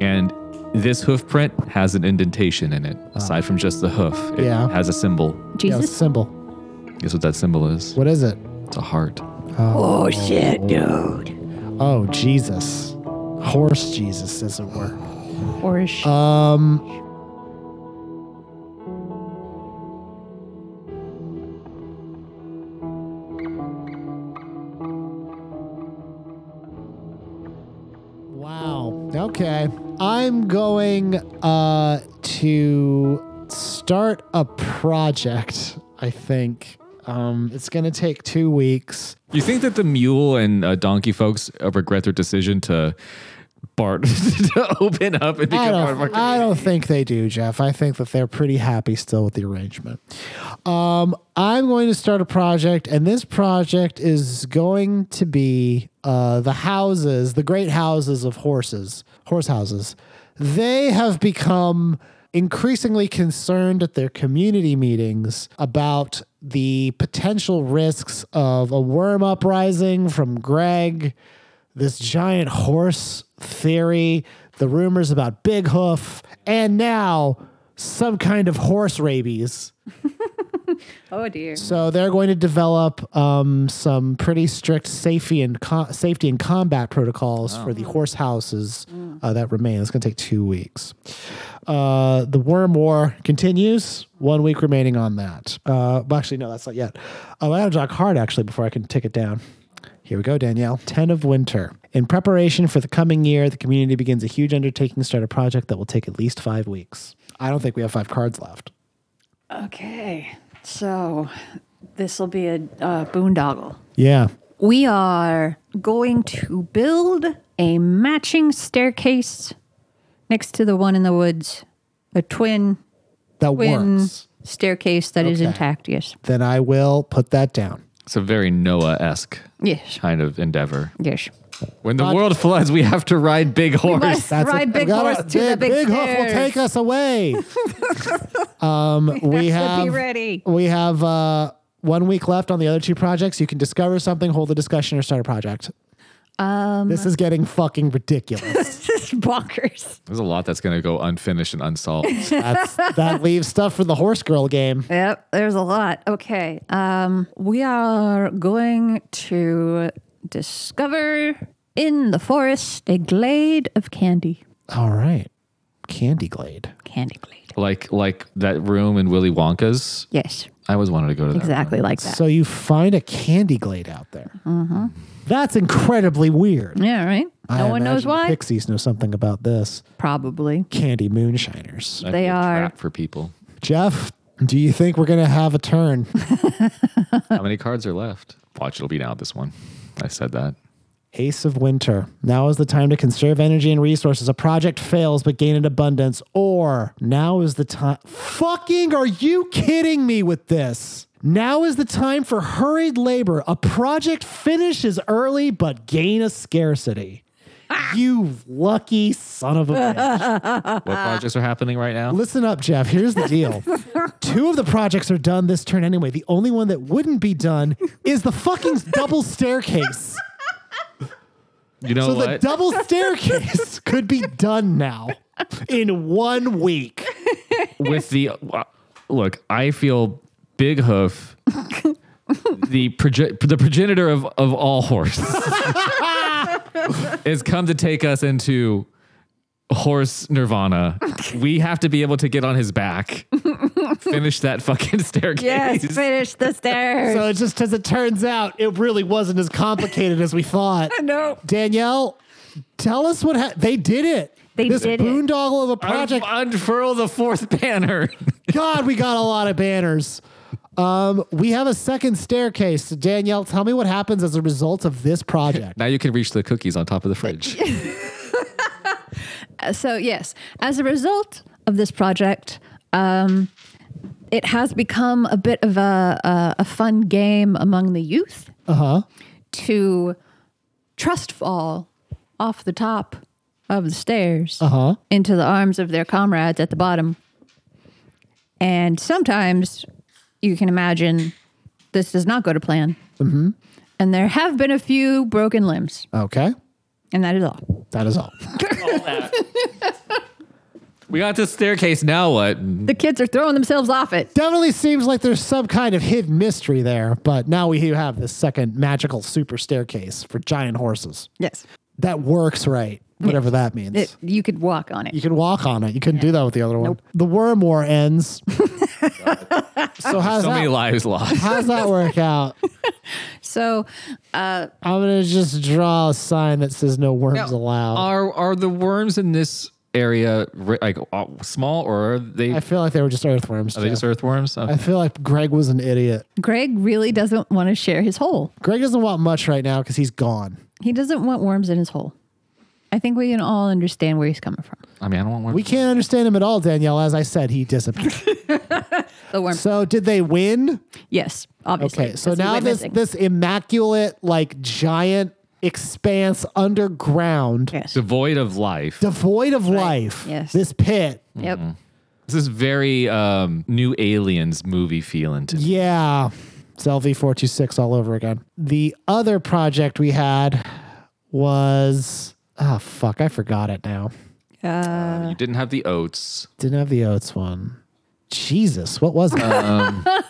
Speaker 3: And this hoof print has an indentation in it. Aside from just the hoof, it
Speaker 1: Yeah.
Speaker 3: has a symbol.
Speaker 1: Yeah,
Speaker 4: Jesus.
Speaker 1: symbol.
Speaker 3: Guess what that symbol is?
Speaker 1: What is it?
Speaker 3: It's a heart.
Speaker 4: Oh shit, dude.
Speaker 1: Oh Jesus. Horse Jesus, as it were.
Speaker 4: Or is she?
Speaker 1: Um. Wow. Okay. I'm going uh, to start a project, I think. Um, it's going to take two weeks.
Speaker 3: You think that the mule and uh, donkey folks uh, regret their decision to Bart to open up and
Speaker 1: I
Speaker 3: become part of our
Speaker 1: don't, I don't think they do, Jeff. I think that they're pretty happy still with the arrangement. Um, I'm going to start a project, and this project is going to be uh, the houses, the great houses of horses, horse houses. They have become increasingly concerned at their community meetings about the potential risks of a worm uprising from Greg this giant horse theory, the rumors about Big Hoof, and now some kind of horse rabies.
Speaker 4: Oh dear.
Speaker 1: So they're going to develop um, some pretty strict safety and co- safety and combat protocols for the horse houses uh, that remain. It's going to take two weeks. Uh, the worm war continues. One week remaining on that. Uh, well, actually, no, that's not yet. Oh, I got to jog hard actually before I can take it down. Here we go, Danielle. 10 of winter. In preparation for the coming year, the community begins a huge undertaking to start a project that will take at least five weeks. I don't think we have five cards left.
Speaker 4: Okay. So this will be a uh, boondoggle.
Speaker 1: Yeah.
Speaker 4: We are going to build a matching staircase next to the one in the woods, a twin
Speaker 1: That
Speaker 4: twin
Speaker 1: works.
Speaker 4: staircase that is
Speaker 1: Okay.
Speaker 4: intact. Yes.
Speaker 1: Then I will put that down.
Speaker 3: It's a very Noah esque
Speaker 4: Yes.
Speaker 3: kind of endeavor.
Speaker 4: Yes.
Speaker 3: When the world floods, we have to ride big horse.
Speaker 4: Must
Speaker 1: That's
Speaker 4: ride
Speaker 1: it.
Speaker 4: big
Speaker 1: We gotta-
Speaker 4: horse to the big,
Speaker 1: big hoof will
Speaker 4: stairs.
Speaker 1: take us away. um, we
Speaker 4: Yes,
Speaker 1: have
Speaker 4: be ready.
Speaker 1: we have uh, one week left on the other two projects. You can discover something, hold a discussion, or start a project. Um, this is getting fucking ridiculous.
Speaker 4: This is bonkers.
Speaker 3: There's a lot that's going to go unfinished and unsolved.
Speaker 1: That's, that leaves stuff for the horse girl game.
Speaker 4: Yep, there's a lot. Okay. Um, we are going to discover in the forest a glade of candy.
Speaker 1: All right. Candy Glade.
Speaker 4: Candy glade.
Speaker 3: like like that room in Willy Wonka's.
Speaker 4: Yes,
Speaker 3: I always wanted to go to that.
Speaker 4: exactly like that.
Speaker 1: So you find a Candy Glade out there. That's incredibly weird.
Speaker 4: yeah, right? No
Speaker 1: I
Speaker 4: one knows
Speaker 1: imagine the
Speaker 4: why?
Speaker 1: Pixies know something about this.
Speaker 4: Probably.
Speaker 1: Candy Moonshiners.
Speaker 3: Room. That'd
Speaker 4: They
Speaker 3: be a
Speaker 4: are-
Speaker 3: trap for people.
Speaker 1: Jeff, do you think we're going to have a turn?
Speaker 3: How many cards are left? Watch, it'll be now. This one. I said that.
Speaker 1: Ace of Winter. Now is the time to conserve energy and resources. A project fails, but gain an abundance. Or now is the time. Fucking, are you kidding me with this? Now is the time for hurried labor. A project finishes early, but gain a scarcity. You lucky son of a bitch.
Speaker 3: What projects are happening right now?
Speaker 1: Listen up, Jeff. Here's the deal. Two of the projects are done this turn anyway. The only one that wouldn't be done is the fucking double staircase.
Speaker 3: You know
Speaker 1: So the
Speaker 3: what?
Speaker 1: double staircase could be done now in one week.
Speaker 3: with the uh, look, I feel Big Hoof, the proge- the progenitor of of all horses, has come to take us into horse nirvana. We have to be able to get on his back, finish that fucking staircase.
Speaker 4: Yes, finish the stairs.
Speaker 1: So it just as it turns out, it really wasn't as complicated as we thought.
Speaker 4: no.
Speaker 1: Danielle, tell us what ha- they did it.
Speaker 4: They
Speaker 1: this
Speaker 4: did it.
Speaker 1: boondoggle of a
Speaker 3: Un-
Speaker 1: project.
Speaker 3: unfurl the fourth banner.
Speaker 1: God, we got a lot of banners. Um, we have a second staircase. Danielle, tell me what happens as a result of this project.
Speaker 3: now you can reach the cookies on top of the fridge.
Speaker 4: So, yes, as a result of this project, um, it has become a bit of a, a, a fun game among the youth
Speaker 1: Uh huh.
Speaker 4: to trust fall off the top of the stairs
Speaker 1: Uh huh.
Speaker 4: into the arms of their comrades at the bottom. And sometimes you can imagine this does not go to plan. Mm-hmm. And there have been a few broken limbs,
Speaker 1: Okay.
Speaker 4: and that is all.
Speaker 1: That is all.
Speaker 3: we got this staircase. Now what?
Speaker 4: The kids are throwing themselves off it.
Speaker 1: Definitely seems like there's some kind of hidden mystery there, but now we have this second magical super staircase for giant horses.
Speaker 4: Yes.
Speaker 1: That works right, whatever that means.
Speaker 4: It, you could walk on it.
Speaker 1: you can walk on it. You couldn't do that with the other one. The worm war ends. so how's
Speaker 3: So many
Speaker 1: that?
Speaker 3: lives lost.
Speaker 1: How's that work out?
Speaker 4: So
Speaker 1: I'm gonna just draw a sign that says no worms allowed.
Speaker 3: Are are the worms in this area ri- like uh, small or are they
Speaker 1: I feel like they were just earthworms.
Speaker 3: are Oh, they
Speaker 1: Jeff.
Speaker 3: just earthworms?
Speaker 1: I
Speaker 3: Okay.
Speaker 1: feel like Greg was an idiot.
Speaker 4: Greg really doesn't want to share his hole.
Speaker 1: Greg doesn't want much right now because he's gone.
Speaker 4: He doesn't want worms in his hole. I think we can all understand where he's coming from.
Speaker 3: I mean, I don't want worms.
Speaker 1: We can't understand him at all, Danielle. As I said, he disappeared.
Speaker 4: The worm.
Speaker 1: so did they win?
Speaker 4: yes, obviously.
Speaker 1: Okay, so
Speaker 4: because he
Speaker 1: now
Speaker 4: went
Speaker 1: this
Speaker 4: missing.
Speaker 1: this immaculate like giant expanse underground,
Speaker 4: Yes.
Speaker 3: devoid of life.
Speaker 1: devoid of life.
Speaker 4: yes.
Speaker 1: This pit.
Speaker 4: Yep.
Speaker 3: this is very um, new aliens movie feeling to me.
Speaker 1: Yeah. It's LV426 all over again. The other project we had was ah fuck, I forgot it now.
Speaker 4: Uh,
Speaker 3: you didn't have the oats.
Speaker 1: Didn't have the oats one. Jesus, what was that?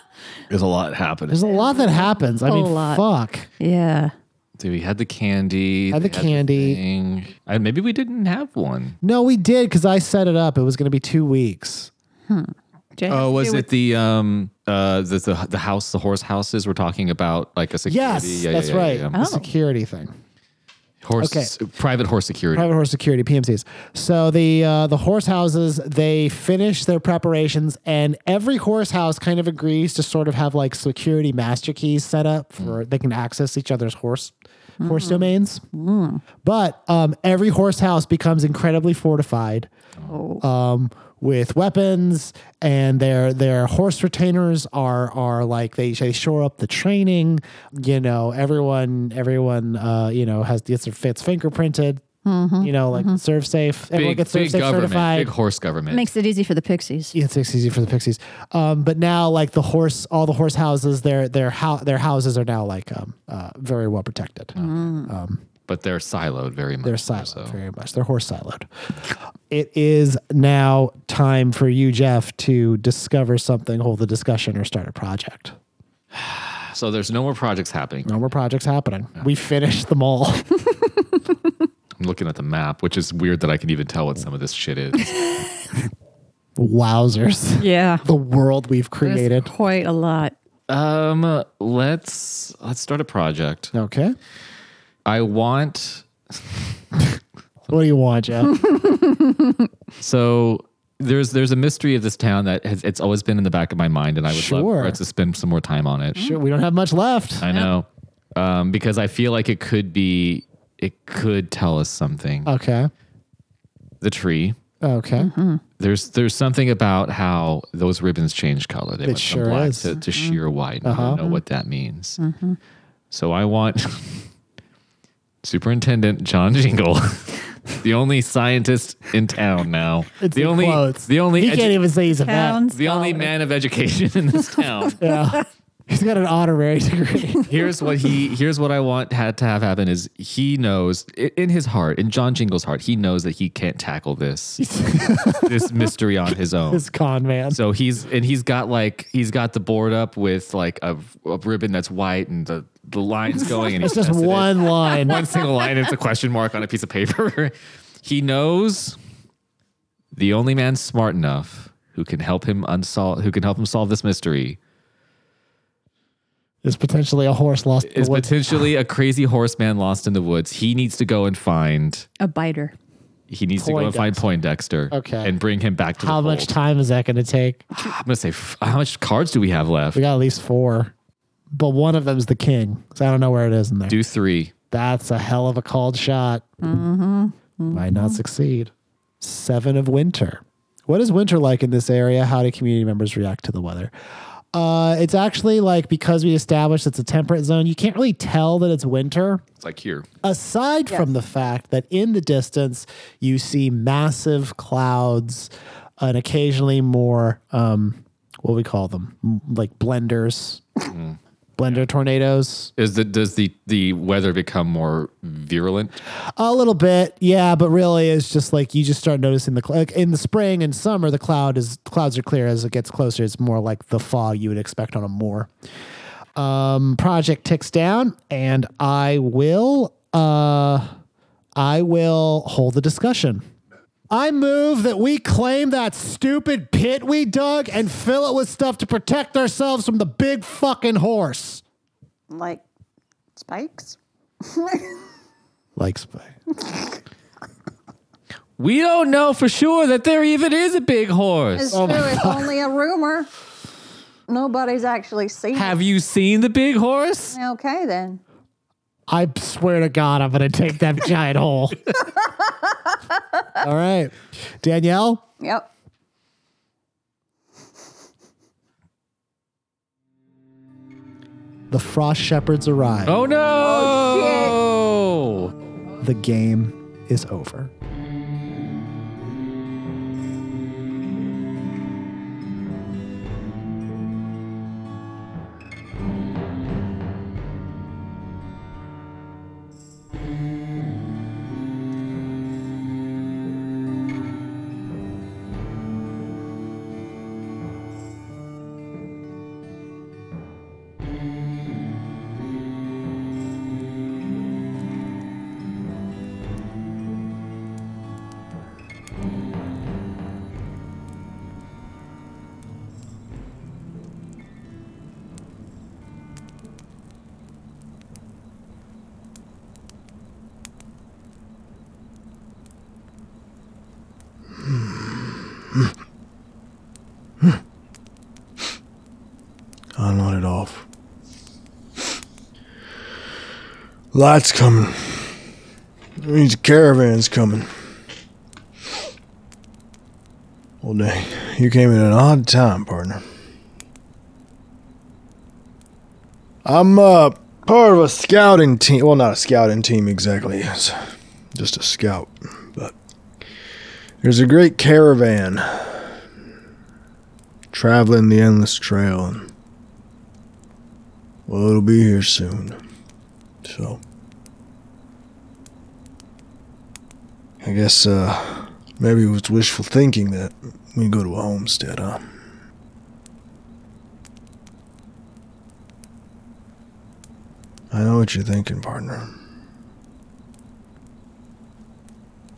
Speaker 3: There's a lot happening.
Speaker 1: There's a lot that happens. I mean,
Speaker 4: lot.
Speaker 1: fuck.
Speaker 4: Yeah.
Speaker 3: So we had the candy.
Speaker 1: Had the
Speaker 3: they
Speaker 1: candy.
Speaker 3: thing. Uh, maybe we didn't have one.
Speaker 1: No, we did because I set it up. It was going to be two weeks.
Speaker 4: Jay has
Speaker 3: Oh,
Speaker 4: to
Speaker 3: was
Speaker 4: do
Speaker 3: it the um uh the, the the house the horse houses we're talking about like a security?
Speaker 1: Yes,
Speaker 3: Yeah, yeah,
Speaker 1: that's
Speaker 3: yeah,
Speaker 1: right.
Speaker 3: yeah.
Speaker 1: The security thing.
Speaker 3: Horse private horse security.
Speaker 1: private horse security PMCs. So the uh, the horse houses they finish their preparations, and every horse house kind of agrees to sort of have like security master keys set up
Speaker 3: Mm.
Speaker 1: for they can access each other's horse horse domains. But um, every horse house becomes incredibly fortified. Um, with weapons and their their horse retainers are are like they, they shore up the training you know everyone everyone uh you know has gets their fits fingerprinted you know like serve safe everyone
Speaker 3: Big,
Speaker 1: gets serve
Speaker 3: big
Speaker 1: safe
Speaker 3: government.
Speaker 1: certified
Speaker 3: Big horse government.
Speaker 4: makes it easy for the pixies.
Speaker 1: yeah, it's easy for the pixies um but now like the horse all the horse houses their their how their houses are now like um uh very well protected
Speaker 3: but they're siloed very much.
Speaker 1: They're siloed very much. They're horse siloed. It is now time for you, Jeff, to discover something, hold the discussion, or start a project.
Speaker 3: So there's no more projects happening.
Speaker 1: No more projects happening. We finished them all.
Speaker 3: I'm looking at the map, which is weird that I can even tell what some of this shit is.
Speaker 1: Wowzers.
Speaker 4: Yeah.
Speaker 1: The world we've
Speaker 4: There's
Speaker 1: created.
Speaker 4: quite a lot.
Speaker 3: um, let's let's start a project.
Speaker 1: Okay.
Speaker 3: I want
Speaker 1: What do you want, Jeff?
Speaker 3: so there's there's a mystery of this town that has it's always been in the back of my mind, and I would love
Speaker 1: Sure.
Speaker 3: for us to spend some more time on it.
Speaker 1: sure, we don't have much left.
Speaker 3: I know, um, because I feel like it could be it could tell us something.
Speaker 1: Okay.
Speaker 3: the tree.
Speaker 1: Okay.
Speaker 3: There's there's something about how those ribbons change color. They went
Speaker 1: sure
Speaker 3: from black
Speaker 1: is. Uh-huh.
Speaker 3: to, to sheer white. and I don't know what that means. So I want Superintendent John Jingle, the only scientist in town now.
Speaker 1: It's
Speaker 3: the
Speaker 1: in
Speaker 3: only
Speaker 1: quotes.
Speaker 3: the only
Speaker 1: He
Speaker 3: edu-
Speaker 1: can't even say he's a vet.
Speaker 4: Towns.
Speaker 3: the only
Speaker 4: Oh,
Speaker 3: man of education in this town.
Speaker 1: Yeah. He's got an honorary degree.
Speaker 3: here's what he here's what I want had to have happen is he knows i- in his heart, in John Jingle's heart, he knows that he can't tackle this this mystery on his own.
Speaker 1: this con man.
Speaker 3: So he's and he's got like he's got the board up with like a, a ribbon that's white and the the lines going and
Speaker 1: It's
Speaker 3: he's
Speaker 1: just
Speaker 3: tested it.
Speaker 1: one line.
Speaker 3: one single line. It's a question mark on a piece of paper. he knows the only man smart enough who can help him unsolve who can help him solve this mystery
Speaker 1: It's potentially a horse lost in
Speaker 3: is
Speaker 1: the woods.
Speaker 3: potentially a crazy horseman lost in the woods. He needs to go and find.
Speaker 4: A biter.
Speaker 3: He needs to go and find Poindexter.
Speaker 1: Okay.
Speaker 3: and bring him back to
Speaker 1: How
Speaker 3: the
Speaker 1: much
Speaker 3: fold.
Speaker 1: time is that going to take?
Speaker 3: I'm gonna say, f- how much cards do we have left?
Speaker 1: We got at least four, but one of them's the king. So I don't know where it is in there.
Speaker 3: Do three.
Speaker 1: That's a hell of a called shot. Might not succeed. Seven of winter. What is winter like in this area? How do community members react to the weather? Uh, it's actually like because we established it's a temperate zone, you can't really tell that it's winter
Speaker 3: It's like here.
Speaker 1: aside from the fact that in the distance you see massive clouds and occasionally more um, what we call them m- like blenders blender tornadoes
Speaker 3: Is the does the the weather become more virulent?
Speaker 1: a little bit yeah but really it's just like you just start noticing the cl- like in the spring and summer the cloud is clouds are clear as it gets closer it's more like the fog you would expect on a moor um, project ticks down and i will uh i will hold the discussion i move that we claim that stupid pit we dug and fill it with stuff to protect ourselves from the big fucking horse
Speaker 4: Like Spikes?
Speaker 1: Like spy.
Speaker 3: We don't know for sure that there even is a big horse.
Speaker 4: It's true. It's only a rumor. Nobody's actually seen
Speaker 3: Have you seen the big horse?
Speaker 4: it. Okay, then.
Speaker 1: I swear to God, I'm going to take that giant hole. All right. Danielle,
Speaker 4: Yep.
Speaker 1: the Frost Shepherds arrive.
Speaker 3: Oh no!
Speaker 1: The game is over.
Speaker 5: I want it off. Lights coming. That means the caravan's coming. Well, dang. You came in an odd time, partner. I'm uh, part of a scouting team. Well, not a scouting team exactly. It's just a scout. But there's a great caravan traveling the endless trail. And well, it'll be here soon. So. I guess, uh, maybe it was wishful thinking that we go to a homestead, huh? I know what you're thinking, partner.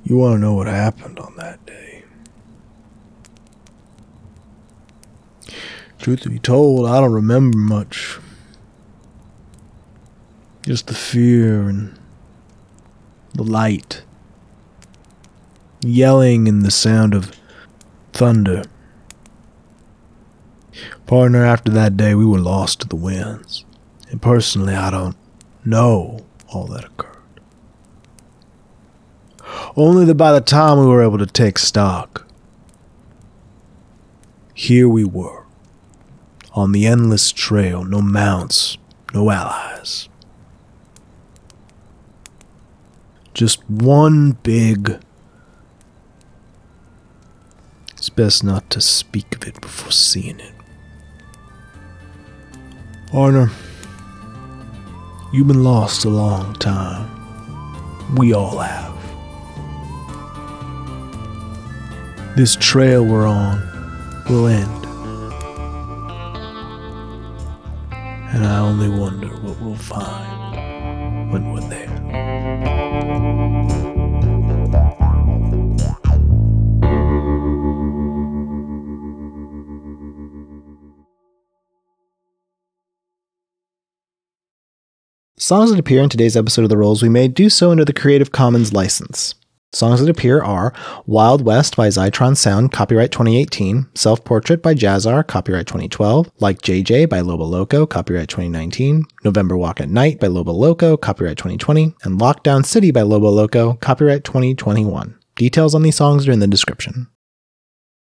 Speaker 5: You want to know what happened on that day. Truth be told, I don't remember much just the fear and the light, yelling and the sound of thunder. Partner, after that day, we were lost to the winds, and personally, I don't know all that occurred. Only that by the time we were able to take stock, here we were, on the endless trail, no mounts, no allies. just one big. It's best not to speak of it before seeing it. Arner, you've been lost a long time. We all have. This trail we're on will end. And I only wonder what we'll find when we're there. Songs that appear in today's episode of The Rolls We Made do so under the Creative Commons license. Songs that appear are Wild West by Zytron Sound, copyright 2018, Self Portrait by Jazzar, copyright 2012, Like JJ by Loba Loco, copyright 2019, November Walk at Night by Loba Loco, copyright 2020, and Lockdown City by Loba Loco, copyright 2021. Details on these songs are in the description.